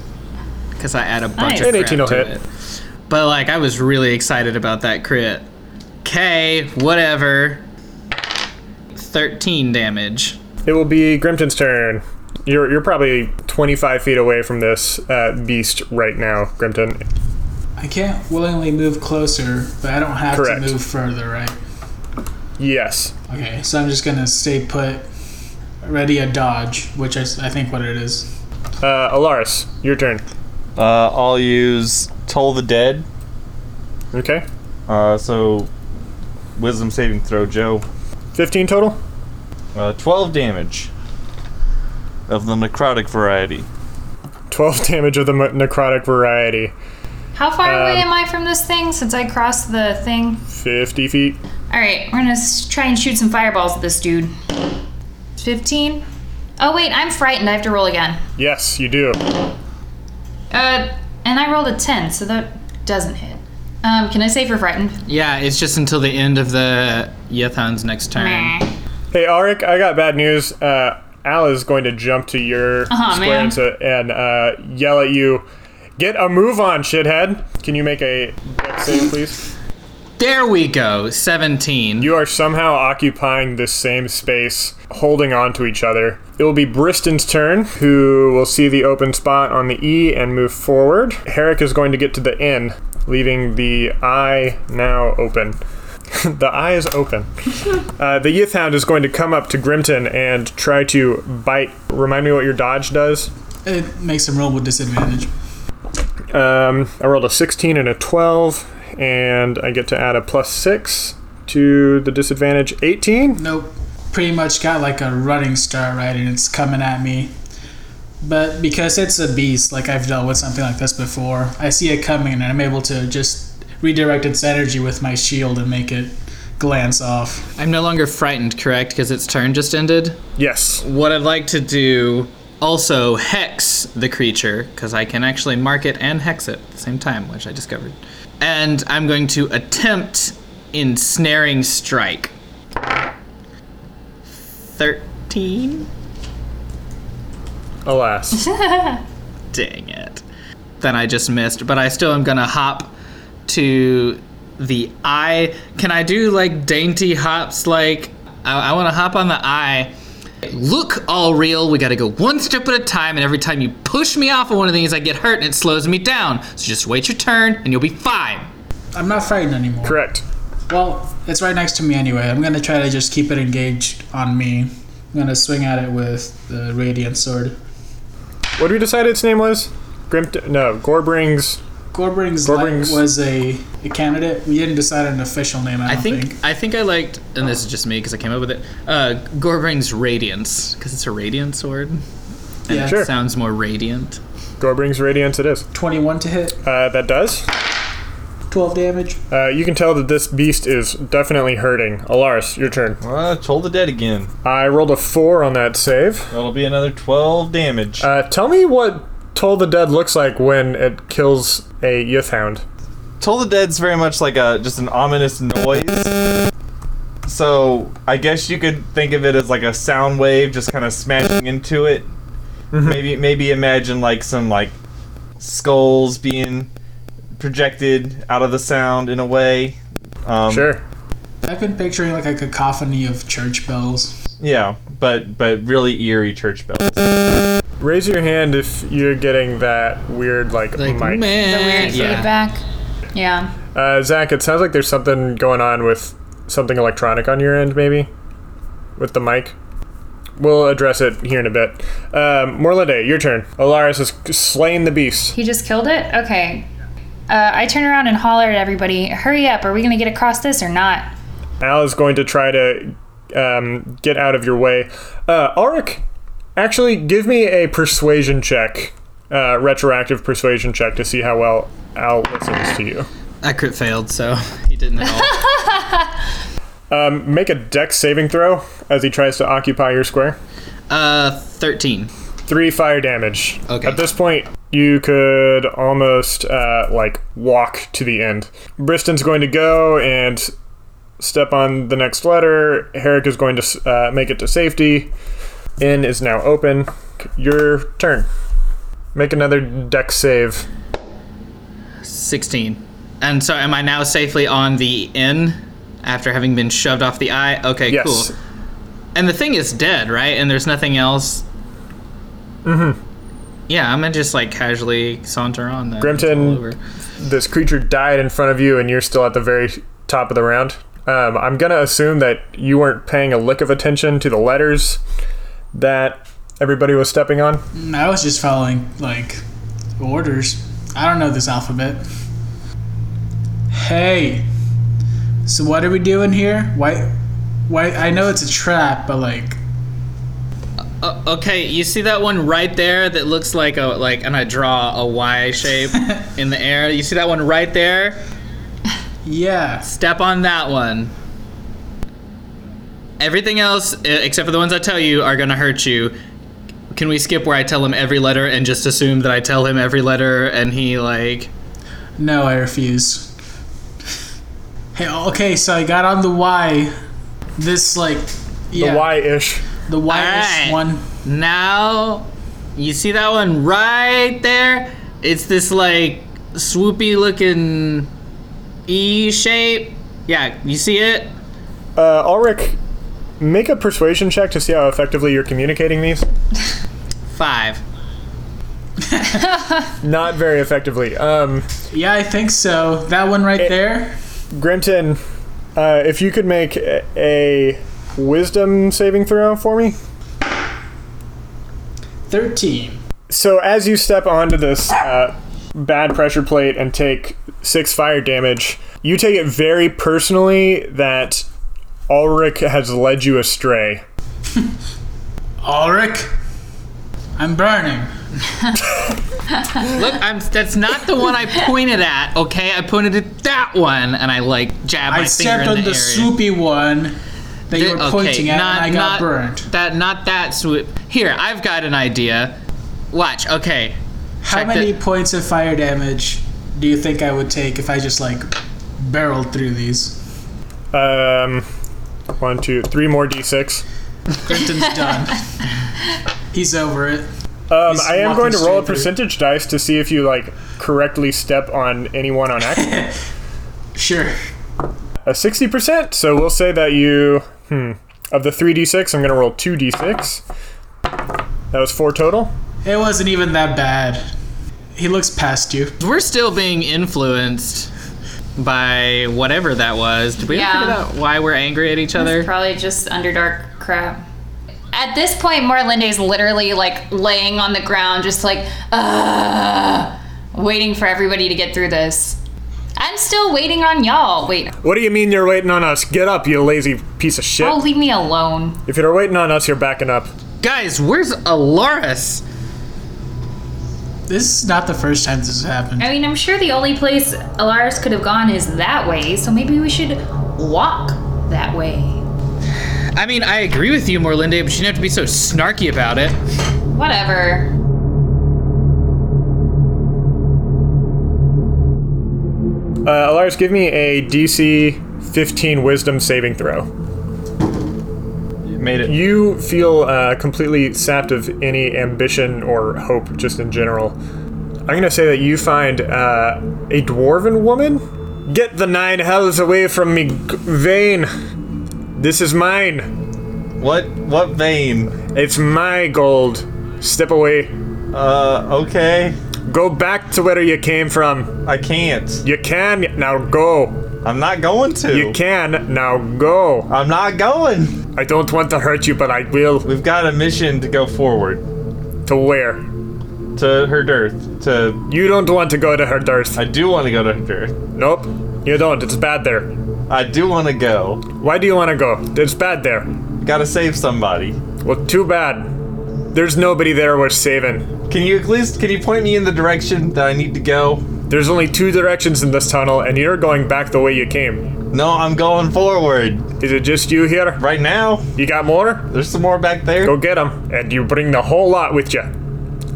Speaker 5: because I add a bunch
Speaker 6: Nice.
Speaker 5: of
Speaker 6: An
Speaker 2: 18 will
Speaker 5: crap to
Speaker 2: hit.
Speaker 5: it. But like, I was really excited about that crit. Okay, whatever. 13 damage.
Speaker 2: It will be Grimton's turn. You're, you're probably 25 feet away from this uh, beast right now, Grimton.
Speaker 8: I can't willingly move closer, but I don't have
Speaker 2: Correct.
Speaker 8: to move further, right?
Speaker 2: Yes.
Speaker 8: Okay, so I'm just gonna stay put, ready a dodge, which I, s- I think what it is.
Speaker 2: Uh, Alaris, your turn.
Speaker 7: Uh, I'll use Toll the Dead.
Speaker 2: Okay.
Speaker 7: Uh, so, Wisdom saving throw, Joe.
Speaker 2: 15 total?
Speaker 7: Uh, 12 damage of the necrotic variety.
Speaker 2: 12 damage of the mo- necrotic variety.
Speaker 6: How far away
Speaker 2: um,
Speaker 6: am I from this thing? Since I crossed the thing.
Speaker 2: 50 feet.
Speaker 6: All right, we're gonna s- try and shoot some fireballs at this dude. Fifteen. Oh wait, I'm frightened. I have to roll again.
Speaker 2: Yes, you do.
Speaker 6: Uh, and I rolled a ten, so that doesn't hit. Um, can I say for frightened?
Speaker 5: Yeah, it's just until the end of the Yethon's next turn.
Speaker 6: Meh.
Speaker 2: Hey, Arik, I got bad news. Uh, Al is going to jump to your
Speaker 6: Aw,
Speaker 2: square
Speaker 6: man.
Speaker 2: and, to, and uh, yell at you. Get a move on, shithead. Can you make a deck save, please?
Speaker 5: There we go. 17.
Speaker 2: You are somehow occupying this same space, holding on to each other. It will be Briston's turn, who will see the open spot on the E and move forward. Herrick is going to get to the N, leaving the I now open. the eye is open. Uh, the Yith Hound is going to come up to Grimton and try to bite. Remind me what your dodge does.
Speaker 8: It makes him roll with disadvantage.
Speaker 2: Um, I rolled a 16 and a 12, and I get to add a plus 6 to the disadvantage 18.
Speaker 8: Nope. Pretty much got like a running start, right? And it's coming at me. But because it's a beast, like I've dealt with something like this before, I see it coming and I'm able to just redirect its energy with my shield and make it glance off.
Speaker 5: I'm no longer frightened, correct? Because its turn just ended.
Speaker 2: Yes.
Speaker 5: What I'd like to do also hex the creature, because I can actually mark it and hex it at the same time, which I discovered. And I'm going to attempt ensnaring strike. 13?
Speaker 2: Alas.
Speaker 5: Dang it. Then I just missed, but I still am gonna hop to the eye. Can I do like dainty hops? Like, I, I wanna hop on the eye. Look all real. We gotta go one step at a time, and every time you push me off of one of these, I get hurt and it slows me down. So just wait your turn and you'll be fine.
Speaker 8: I'm not frightened anymore.
Speaker 2: Correct.
Speaker 8: Well, it's right next to me anyway. I'm gonna try to just keep it engaged on me. I'm gonna swing at it with the radiant sword.
Speaker 2: What did we decide its name was? Grimt? No, Gorbrings.
Speaker 8: Gorbring's Light
Speaker 2: Gorbring's-
Speaker 8: was a, a candidate. We didn't decide an official name. I,
Speaker 5: I
Speaker 8: don't
Speaker 5: think,
Speaker 8: think.
Speaker 5: I think I liked, and this is just me because I came up with it. Uh, Gorbring's radiance because it's a radiant sword. And
Speaker 8: Yeah.
Speaker 5: it
Speaker 2: Sure.
Speaker 5: sounds more radiant.
Speaker 2: Gorbrings Radiance. It is.
Speaker 8: Twenty-one to hit.
Speaker 2: Uh, that does.
Speaker 8: 12 damage.
Speaker 2: Uh, you can tell that this beast is definitely hurting. Alaris, your turn.
Speaker 7: Uh, toll the dead again.
Speaker 2: I rolled a four on that save.
Speaker 7: That'll be another 12 damage.
Speaker 2: Uh, tell me what Toll the Dead looks like when it kills a Youth Hound.
Speaker 7: Toll the Dead's very much like a just an ominous noise. So I guess you could think of it as like a sound wave just kind of smashing into it.
Speaker 2: Mm-hmm.
Speaker 7: Maybe maybe imagine like some like skulls being projected out of the sound in a way. Um,
Speaker 2: Sure.
Speaker 8: I've been picturing like a cacophony of church bells.
Speaker 7: Yeah, but but really eerie church bells.
Speaker 2: Raise your hand if you're getting that weird, like,
Speaker 5: Like
Speaker 2: mic.
Speaker 6: The
Speaker 5: man,
Speaker 6: weird feedback. Yeah.
Speaker 2: Uh, Zach, it sounds like there's something going on with something electronic on your end, maybe? With the mic? We'll address it here in a bit. Um, Morlinde, your turn. Alaris has slain the beast.
Speaker 6: He just killed it? Okay. Uh, I turn around and holler at everybody, hurry up, are we going to get across this or not?
Speaker 2: Al is going to try to um, get out of your way. Uh, Auric, actually, give me a persuasion check, uh, retroactive persuasion check, to see how well Al listens to you.
Speaker 5: I crit failed, so he didn't at all.
Speaker 2: Make a dex saving throw as he tries to occupy your square.
Speaker 5: uh, 13.
Speaker 2: Three fire damage.
Speaker 5: Okay.
Speaker 2: At this point, you could almost uh, like walk to the end. Briston's going to go and step on the next letter. Herrick is going to uh, make it to safety. Inn is now open. Your turn. Make another deck save.
Speaker 5: 16. And so am I now safely on the N after having been shoved off the eye? Okay,
Speaker 2: Yes.
Speaker 5: cool. And the thing is dead, right? And there's nothing else. Mm hmm. Yeah, I'm gonna just like casually saunter on then. It's all
Speaker 2: Grimton.
Speaker 5: over.
Speaker 2: This creature died in front of you, and you're still at the very top of the round. Um, I'm gonna assume that you weren't paying a lick of attention to the letters that everybody was stepping on.
Speaker 8: And I was just following like orders. I don't know this alphabet. Hey. So what are we doing here? Why why I know it's a trap, but like
Speaker 5: Uh, okay, you see that one right there that looks like a like, and I draw a Y shape in the air. You see that one right there?
Speaker 8: yeah.
Speaker 5: Step on that one. Everything else, e- except for the ones I tell you, are gonna hurt you. Can we skip where I tell him every letter and just assume that I tell him every letter and he like?
Speaker 8: No, I refuse. Hey, okay, so I got on the Y. This like yeah,
Speaker 2: The Y ish.
Speaker 8: the Y-ish
Speaker 5: Alright.
Speaker 8: one.
Speaker 5: Now, you see that one right there? It's this like swoopy looking E shape. Yeah, you see it?
Speaker 2: Uh, Ulrich, make a persuasion check to see how effectively you're communicating these.
Speaker 5: Five.
Speaker 2: Not very effectively. Um,
Speaker 8: Yeah, I think so. That one right there.
Speaker 2: Grimton, uh, if you could make a, a wisdom saving throw for me.
Speaker 8: 13.
Speaker 2: So as you step onto this uh, bad pressure plate and take six fire damage, you take it very personally that Ulrich has led you astray.
Speaker 8: Ulrich, I'm burning.
Speaker 5: Look, I'm, that's not the one I pointed at. Okay, I pointed at that one, and I like jabbed my
Speaker 8: I
Speaker 5: finger
Speaker 8: stepped
Speaker 5: in
Speaker 8: on the,
Speaker 5: the, area.
Speaker 8: swoopy one that you were
Speaker 5: Okay,
Speaker 8: pointing at,
Speaker 5: not-
Speaker 8: and I got
Speaker 5: not-
Speaker 8: burned.
Speaker 5: That not that swoop. Here, I've got an idea. Watch. Okay,
Speaker 8: How
Speaker 5: check
Speaker 8: many
Speaker 5: the-
Speaker 8: points of fire damage do you think I would take if I just like barreled through these?
Speaker 2: Um, one, two, three more d6.
Speaker 8: Clinton's done. He's over it.
Speaker 2: Um,
Speaker 8: He's
Speaker 2: I am
Speaker 8: walking
Speaker 2: going to roll a
Speaker 8: straight through.
Speaker 2: percentage dice to see if you like correctly step on anyone on accident.
Speaker 8: Sure.
Speaker 2: a sixty percent. So we'll say that you, hmm, of the three d six, I'm going to roll two d six. That was four total.
Speaker 8: It wasn't even that bad. He looks past you.
Speaker 5: we're still being influenced by whatever that was. Did we ever
Speaker 6: Yeah.
Speaker 5: figure out why we're angry at each other?
Speaker 6: Probably just Underdark crap. At this point, Morlinde is literally like laying on the ground, just like, uh, waiting for everybody to get through this. I'm still waiting on y'all. Wait,
Speaker 2: What do you mean you're waiting on us? Get up, you lazy piece of shit!
Speaker 6: oh, leave me alone.
Speaker 2: If you're waiting on us, you're backing up.
Speaker 5: Guys, where's Alaris?
Speaker 8: This is not the first time this has happened.
Speaker 6: I mean, I'm sure the only place Alaris could have gone is that way, so maybe we should walk that way.
Speaker 5: I mean, I agree with you, Morlinde, but you don't have to be so snarky about it.
Speaker 6: Whatever.
Speaker 2: Uh, Alaris, give me a DC 15 Wisdom saving throw.
Speaker 7: You made it.
Speaker 2: You feel uh, completely sapped of any ambition or hope, just in general. I'm gonna say that you find uh, a dwarven woman. Get the nine hells away from me, g- vein. This is mine.
Speaker 7: What? What vein?
Speaker 2: It's my gold. Step away.
Speaker 7: Uh, okay.
Speaker 2: Go back to where you came from.
Speaker 7: I can't.
Speaker 2: You can now go.
Speaker 7: I'm not going to.
Speaker 2: You can Oh, now go.
Speaker 7: I'm not going.
Speaker 2: I don't want to hurt you, but I will.
Speaker 7: We've got a mission to go forward
Speaker 2: To where?
Speaker 7: to her dearth. To
Speaker 2: You don't want to go to her dearth.
Speaker 7: I do want to go to her dearth.
Speaker 2: Nope. You don't. It's bad there.
Speaker 7: I do want to go.
Speaker 2: Why do you want to go? It's bad there.
Speaker 7: Gotta save somebody.
Speaker 2: Well, too bad. There's nobody there worth saving.
Speaker 7: Can you at least can you point me in the direction that I need to go?
Speaker 2: There's only two directions in this tunnel, and you're going back the way you came.
Speaker 7: No, I'm going forward
Speaker 2: Is it just you here?
Speaker 7: right now.
Speaker 2: You got more?
Speaker 7: There's some more back there.
Speaker 2: Go get 'em, And you bring the whole lot with you.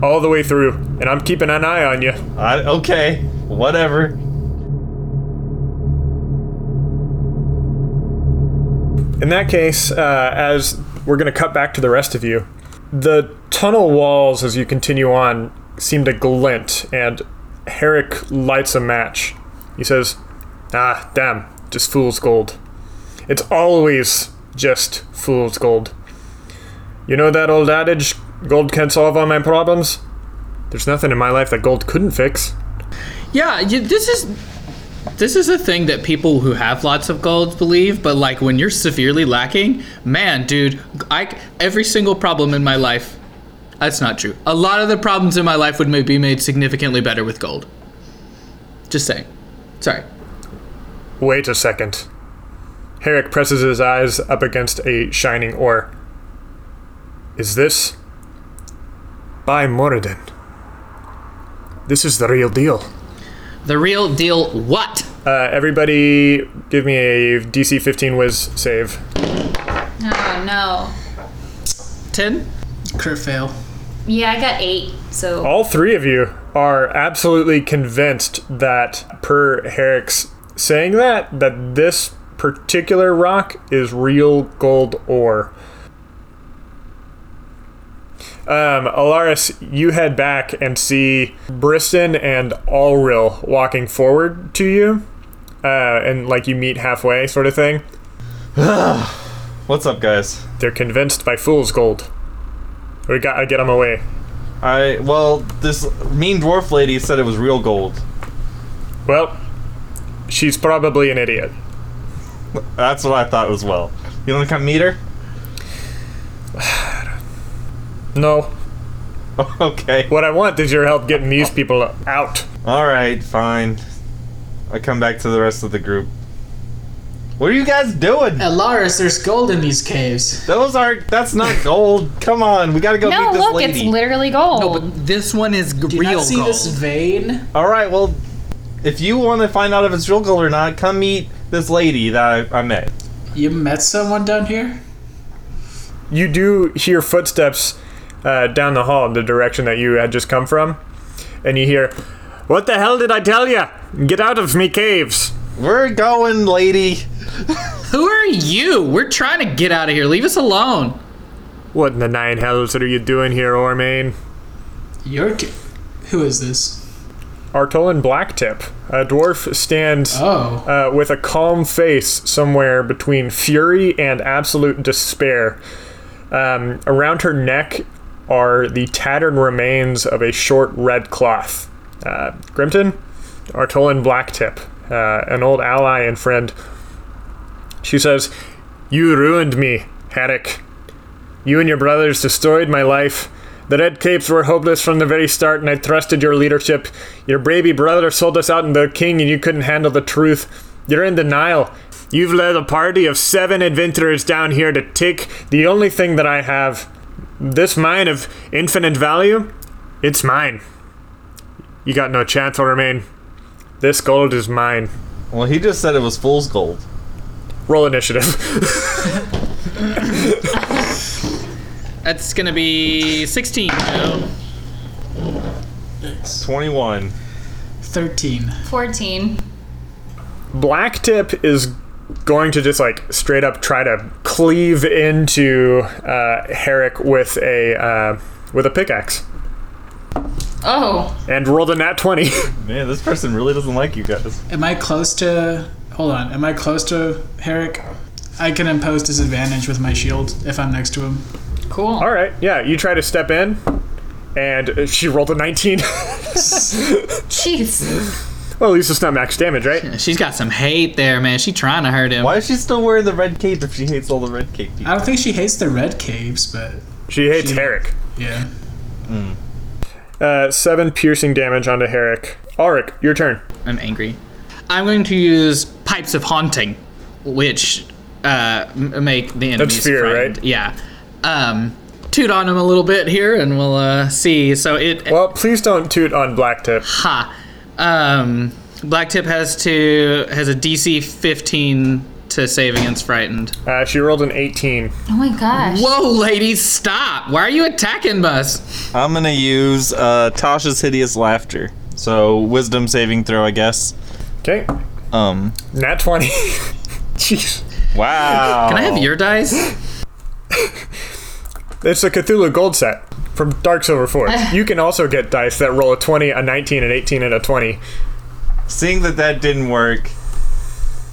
Speaker 2: All the way through. And I'm keeping an eye on you.
Speaker 7: I, okay, whatever.
Speaker 2: In that case, uh, as we're going to cut back to the rest of you, the tunnel walls, as you continue on, seem to glint, and Herrick lights a match. He says, Ah, damn, just fool's gold. It's always just fool's gold. You know that old adage, gold can solve all my problems? There's nothing in my life that gold couldn't fix.
Speaker 5: Yeah, you, this is this is a thing that people who have lots of gold believe, but like when you're severely lacking, man, dude, I every single problem in my life. That's not true. A lot of the problems in my life would ma- be made significantly better with gold. Just saying. Sorry.
Speaker 2: Wait a second. Herrick presses his eyes up against a shining ore. Is this? By Moradin. This is the real deal.
Speaker 5: The real deal. What?
Speaker 2: Uh, everybody, give me a DC 15 whiz save.
Speaker 6: Oh no.
Speaker 5: Ten.
Speaker 8: Crit fail.
Speaker 6: Yeah, I got eight, so
Speaker 2: All three of you are absolutely convinced that, per Herrick's saying that, that this particular rock is real gold ore. Um, Alaris, you head back and see Briston and Alril walking forward to you, uh, and like you meet halfway, sort of thing.
Speaker 7: What's up, guys?
Speaker 2: They're convinced by fool's gold. We gotta get them away.
Speaker 7: I well, this mean dwarf lady said it was real gold.
Speaker 2: Well, she's probably an idiot.
Speaker 7: That's what I thought as well. You want to come meet her?
Speaker 2: No,
Speaker 7: Okay.
Speaker 2: What I want is your help getting these people out.
Speaker 7: All right, fine. I come back to the rest of the group. What are you guys doing?
Speaker 8: At Laris, there's gold in these caves.
Speaker 7: Those aren't. That's not gold. Come on, we gotta go
Speaker 6: No,
Speaker 7: meet this
Speaker 6: look,
Speaker 7: lady.
Speaker 6: it's literally gold.
Speaker 5: No, but this one is g-
Speaker 8: Do you
Speaker 5: real
Speaker 8: not see
Speaker 5: gold. Uh,
Speaker 8: this vein?
Speaker 7: All right, well, if you want to find out if it's real gold or not, come meet this lady that I, I met.
Speaker 8: You met someone down here?
Speaker 2: You do hear footsteps uh, down the hall in the direction that you had just come from, and you hear, "What the hell did I tell you? Get out of me caves!"
Speaker 7: We're going, lady.
Speaker 5: Who are you? We're trying to get out of here. Leave us alone.
Speaker 2: What in the nine hells are you doing here, Ormain?
Speaker 8: You're. Ki- Who is this?
Speaker 2: Artolan Blacktip, a dwarf, stands
Speaker 8: Oh.
Speaker 2: uh, with a calm face somewhere between fury and absolute despair. Um, around her neck are the tattered remains of a short red cloth. Uh, Grimton, Artolan Blacktip, uh, an old ally and friend. She says, You ruined me, Herrick. You and your brothers destroyed my life. The Red Capes were hopeless from the very start, and I trusted your leadership. Your bravey brother sold us out into the king, and you couldn't handle the truth. You're in denial. You've led a party of seven adventurers down here to take the only thing that I have. This mine of infinite value, it's mine. You got no chance, Remain. This gold is mine.
Speaker 7: Well, he just said it was fool's gold.
Speaker 2: Roll initiative.
Speaker 5: That's gonna be 16. So.
Speaker 8: It's
Speaker 7: 21.
Speaker 8: 13.
Speaker 6: 14.
Speaker 2: Blacktip is going to just like straight up try to cleave into uh, Herrick with a uh, with a pickaxe
Speaker 6: Oh,
Speaker 2: and rolled a nat twenty.
Speaker 7: Man, this person really doesn't like you guys.
Speaker 8: Am I close to. Hold on. Am I close to Herrick? I can impose disadvantage with my shield if I'm next to him.
Speaker 6: cool.
Speaker 2: All right, yeah, you try to step in, and she rolled a nineteen.
Speaker 6: Jeez.
Speaker 2: well, at least it's not max damage, right?
Speaker 5: She's got some hate there, man. She trying to hurt him.
Speaker 7: Why is she still wearing the red cape if she hates all the red cape people?
Speaker 8: I don't think she hates the red caves, but
Speaker 2: She hates Herrick.
Speaker 8: yeah.
Speaker 2: Uh, seven piercing damage onto Herrick. Ulrich, your turn.
Speaker 5: I'm angry. I'm going to use Pipes of Haunting, which uh, m- make the enemies
Speaker 2: fear,
Speaker 5: frightened.
Speaker 2: right?
Speaker 5: Yeah. Um, toot on him a little bit here, and we'll uh, see. So it
Speaker 2: Well, please don't toot on Blacktip.
Speaker 5: ha. Um, Blacktip has to has a DC 15 to save against frightened.
Speaker 2: Uh, she rolled an eighteen.
Speaker 6: Oh my gosh.
Speaker 5: Whoa, ladies, stop! Why are you attacking us?
Speaker 7: I'm gonna use uh, Tasha's hideous laughter. So wisdom saving throw, I guess.
Speaker 2: Okay,
Speaker 7: Um.
Speaker 2: nat twenty. Jeez.
Speaker 7: Wow.
Speaker 5: Can I have your dice?
Speaker 2: It's a Cthulhu gold set from Dark Silver Forge. you can also get dice that roll a 20, a 19, an 18, and a 20.
Speaker 7: Seeing that that didn't work,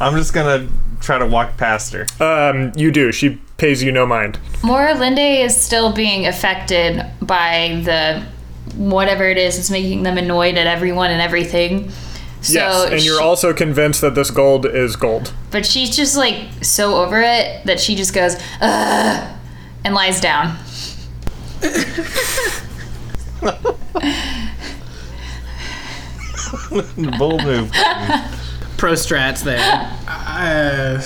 Speaker 7: I'm just gonna try to walk past her.
Speaker 2: Um, you do. She pays you no mind.
Speaker 6: Mora Linde is still being affected by the whatever it is that's making them annoyed at everyone and everything. So
Speaker 2: yes, and you're
Speaker 6: she-
Speaker 2: also convinced that this gold is gold.
Speaker 6: but she's just like so over it that she just goes Ugh, and lies down.
Speaker 7: Bold move.
Speaker 5: Prostrats there.
Speaker 8: Uh,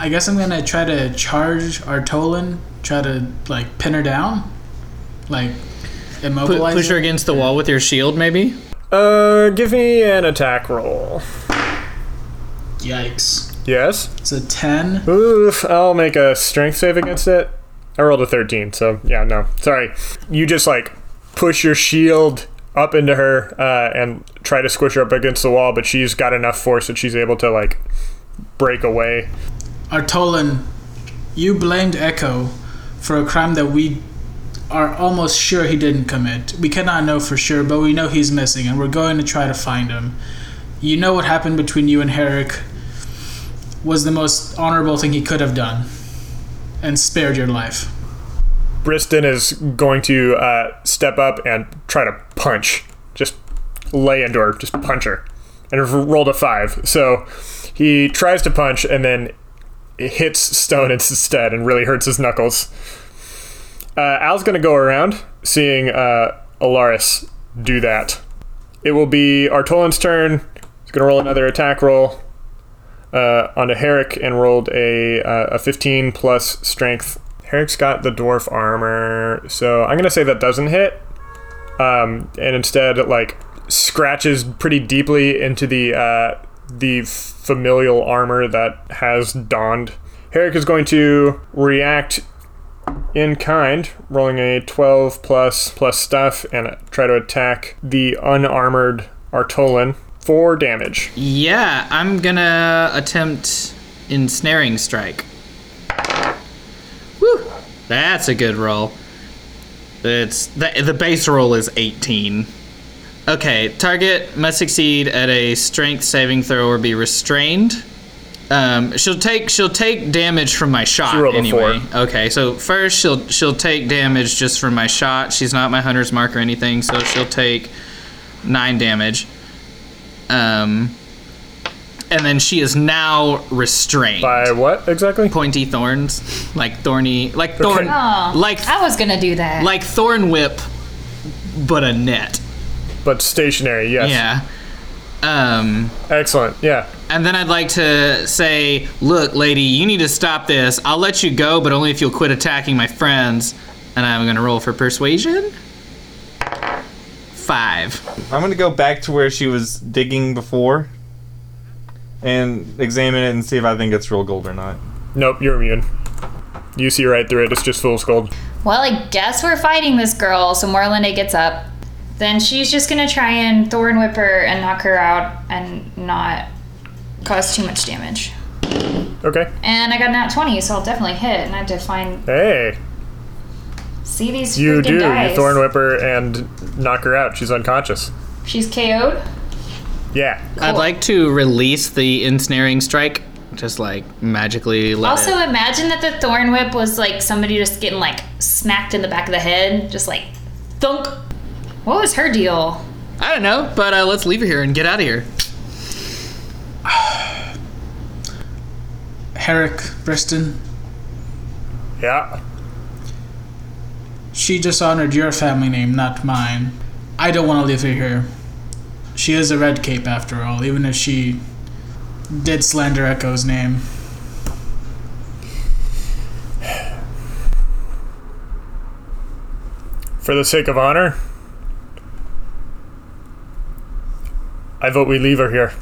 Speaker 8: I guess I'm gonna try to charge Artolan, try to like pin her down, like
Speaker 5: Pu-
Speaker 8: immobilize.
Speaker 5: push her against the wall with your shield, maybe.
Speaker 2: Uh, give me an attack roll.
Speaker 8: Yikes!
Speaker 2: Yes?
Speaker 8: It's a ten.
Speaker 2: Oof, I'll make a strength save against it. I rolled a 13, so yeah, no. Sorry. You just like push your shield up into her uh, and try to squish her up against the wall, but she's got enough force that she's able to like break away.
Speaker 8: Artolan, you blamed Echo for a crime that we are almost sure he didn't commit. We cannot know for sure, but we know he's missing, and we're going to try to find him. You know what happened between you and Herrick was the most honorable thing he could have done, and spared your life.
Speaker 2: Briston is going to uh, step up and try to punch. Just lay into her, just punch her. And r- rolled a five. So he tries to punch and then hits Stone instead and really hurts his knuckles. Uh, Al's going to go around seeing uh, Alaris do that. It will be Artolan's turn. He's going to roll another attack roll uh, onto Herrick and rolled a, uh, a 15 plus strength. Herrick's got the dwarf armor, so I'm gonna say that doesn't hit. Um, and instead, it, like scratches pretty deeply into the uh, the familial armor that has donned. Herrick is going to react in kind, rolling a 12 plus plus stuff, and try to attack the unarmored Artolan for damage.
Speaker 5: Yeah, I'm gonna attempt ensnaring strike. Woo! That's a good roll. It's the the base roll is 18. Okay, target must succeed at a strength saving throw or be restrained. Um, she'll take she'll take damage from my shot
Speaker 2: rolled a
Speaker 5: anyway. Okay, so first she'll she'll take damage just from my shot. She's not my hunter's mark or anything, so she'll take nine damage. Um, and then she is now restrained.
Speaker 2: By what exactly?
Speaker 5: Pointy thorns, like thorny, like thorn,
Speaker 6: Aw,
Speaker 5: like
Speaker 6: I was gonna do that.
Speaker 5: like thorn whip, but a net.
Speaker 2: but stationary. Yes.
Speaker 5: Yeah. Um,
Speaker 2: Excellent. Yeah.
Speaker 5: and then I'd like to say, look, lady, you need to stop this. I'll let you go, but only if you'll quit attacking my friends. And I'm gonna roll for persuasion. Five.
Speaker 7: I'm gonna go back to where she was digging before, and examine it and see if I think it's real gold or not.
Speaker 2: Nope, you're immune. You see right through it. It's just fool's gold.
Speaker 6: Well, I guess we're fighting this girl. So Morlinde gets up. Then she's just gonna try and thorn whip her and knock her out and not cause too much damage.
Speaker 2: Okay.
Speaker 6: And I got an out 20, so I'll definitely hit. And I have to find
Speaker 2: Hey,
Speaker 6: see these
Speaker 2: you
Speaker 6: freaking
Speaker 2: do.
Speaker 6: dice.
Speaker 2: You thorn whip her and knock her out. She's unconscious.
Speaker 6: She's KO'd.
Speaker 2: Yeah.
Speaker 5: I'd like to release the ensnaring strike, just like magically. Let
Speaker 6: Also,
Speaker 5: it-
Speaker 6: imagine that the thorn whip was like somebody just getting like smacked in the back of the head, just like thunk. What was her deal?
Speaker 5: I don't know, but uh, let's leave her here and get out of here.
Speaker 8: Herrick Briston,
Speaker 2: Yeah.
Speaker 8: she dishonored your family name, not mine. I don't want to leave her here. She is a red cape after all, even if she did slander Echo's name.
Speaker 2: For the sake of honor, I vote we leave her here,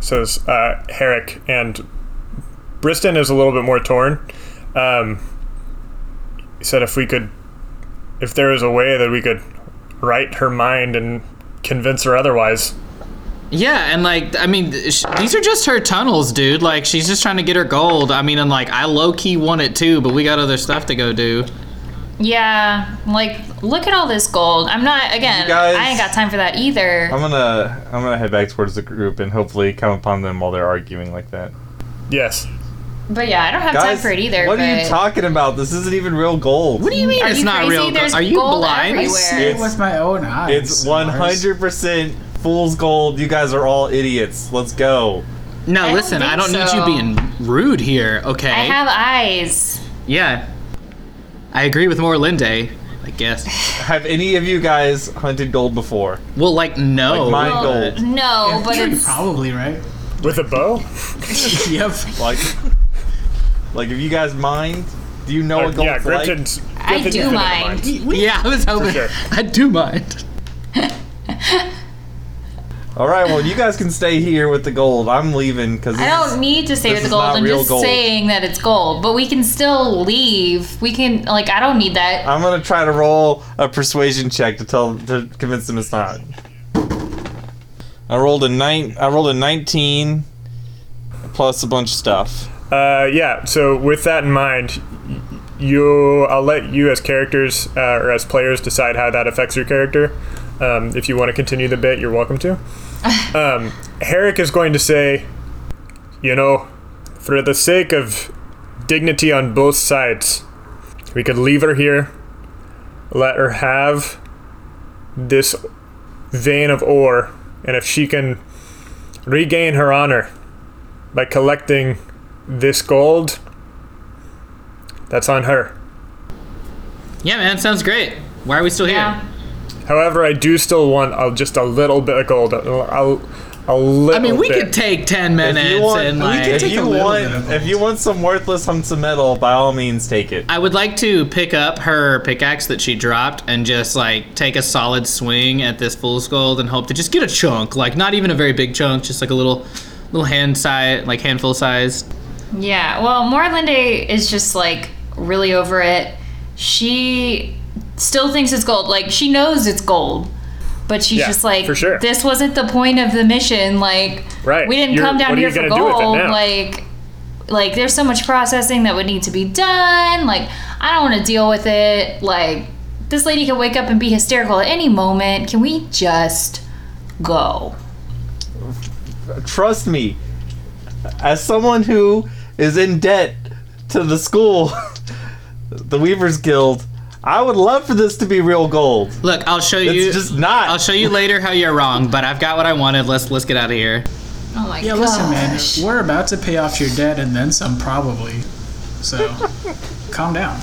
Speaker 2: says uh, Herrick. And Briston is a little bit more torn. Um, he said if we could, if there was a way that we could right her mind and convince her otherwise.
Speaker 5: Yeah, and like, I mean, sh- these are just her tunnels, dude. Like, she's just trying to get her gold. I mean, and like, I low key want it too, but we got other stuff to go do.
Speaker 6: Yeah, like look at all this gold. I'm not again.
Speaker 7: You guys-
Speaker 6: I ain't got time for that either.
Speaker 7: I'm gonna I'm gonna head back towards the group and hopefully come upon them while they're arguing like that.
Speaker 2: Yes.
Speaker 6: but yeah, I don't have time for it either.
Speaker 7: what are you
Speaker 6: but-
Speaker 7: talking about? This isn't even real gold.
Speaker 5: What do you mean
Speaker 6: Are
Speaker 5: it's
Speaker 6: you
Speaker 5: not
Speaker 6: crazy?
Speaker 5: real?
Speaker 6: There's
Speaker 5: Are you
Speaker 6: gold
Speaker 5: blind?
Speaker 8: I
Speaker 6: everywhere.
Speaker 8: see it with my own eyes.
Speaker 7: It's one hundred percent fool's gold. You guys are all idiots. Let's go.
Speaker 5: No,
Speaker 6: don't
Speaker 5: listen, I don't
Speaker 6: think
Speaker 5: need you
Speaker 6: so.
Speaker 5: being rude here, okay?
Speaker 6: I have eyes.
Speaker 5: yeah. I agree with Morlinde, I guess.
Speaker 7: Have any of you guys hunted gold before?
Speaker 5: Well, like, Oh, no.
Speaker 7: Like mine gold.
Speaker 6: No, but
Speaker 8: You're
Speaker 6: it's
Speaker 8: probably right.
Speaker 2: With a bow?
Speaker 8: yep.
Speaker 7: Like Like if you guys mind, do you know
Speaker 2: Or-
Speaker 7: what gold's
Speaker 2: Uh, yeah,
Speaker 7: like?
Speaker 2: Griffin's.
Speaker 6: I
Speaker 2: Griffin's
Speaker 6: do
Speaker 2: gonna
Speaker 6: mind.
Speaker 5: yeah, I was hoping.
Speaker 2: sure.
Speaker 5: I do mind.
Speaker 7: All right, well, you guys can stay here with the gold. I'm leaving because
Speaker 6: I don't need to say
Speaker 7: This
Speaker 6: it's
Speaker 7: is
Speaker 6: gold.
Speaker 7: not
Speaker 6: I'm
Speaker 7: real
Speaker 6: just
Speaker 7: gold.
Speaker 6: saying that it's gold. But we can still leave. We can like I don't need that.
Speaker 7: I'm gonna try to roll a persuasion check to tell to convince them it's not. I rolled a nine. I rolled a 19 plus a bunch of stuff.
Speaker 2: Uh, yeah. So with that in mind, y- you I'll let you as characters uh, or as players decide how that affects your character. Um, if you want to continue the bit, you're welcome to. Um, Herrick is going to say, you know, for the sake of dignity on both sides, we could leave her here, let her have this vein of ore, and if she can regain her honor by collecting this gold that's on her
Speaker 5: Yeah, man, sounds great. Why are we still here?
Speaker 6: Yeah.
Speaker 2: however i do still want uh, just a little bit of gold a, a, a little
Speaker 5: I mean, we
Speaker 2: bit.
Speaker 5: could take 10 minutes and, like.
Speaker 7: if
Speaker 8: take a
Speaker 7: you
Speaker 8: little
Speaker 7: want,
Speaker 8: bit of
Speaker 7: if you want some worthless hunts of metal, by all means, take it.
Speaker 5: I would like to pick up her pickaxe that she dropped and just like take a solid swing at this fool's gold and hope to just get a chunk, like not even a very big chunk, just like a little, little hand size, like handful size.
Speaker 6: Yeah, well, Morlinde is just like really over it. She still thinks it's gold. Like she knows it's gold, but she's
Speaker 2: Yeah,
Speaker 6: just like,
Speaker 2: for sure.
Speaker 6: this wasn't the point of the mission. Like,
Speaker 2: Right.
Speaker 6: We didn't
Speaker 2: You're-
Speaker 6: come down
Speaker 2: what are
Speaker 6: here
Speaker 2: you
Speaker 6: for
Speaker 2: gonna do with it
Speaker 6: gold.
Speaker 2: now?
Speaker 6: Like, like there's so much processing that would need to be done. Like, I don't want to deal with it. Like, this lady could wake up and be hysterical at any moment. Can we just go?
Speaker 7: Trust me, as someone who is in debt to the school, the Weavers Guild, I would love for this to be real gold.
Speaker 5: Look, I'll show
Speaker 7: It's
Speaker 5: you.
Speaker 7: just not.
Speaker 5: I'll show you later how you're wrong, but I've got what I wanted. Let's let's get out of here.
Speaker 6: Oh my
Speaker 8: Yeah,
Speaker 6: gosh.
Speaker 8: listen, man. We're about to pay off your debt and then some, probably. So, calm down.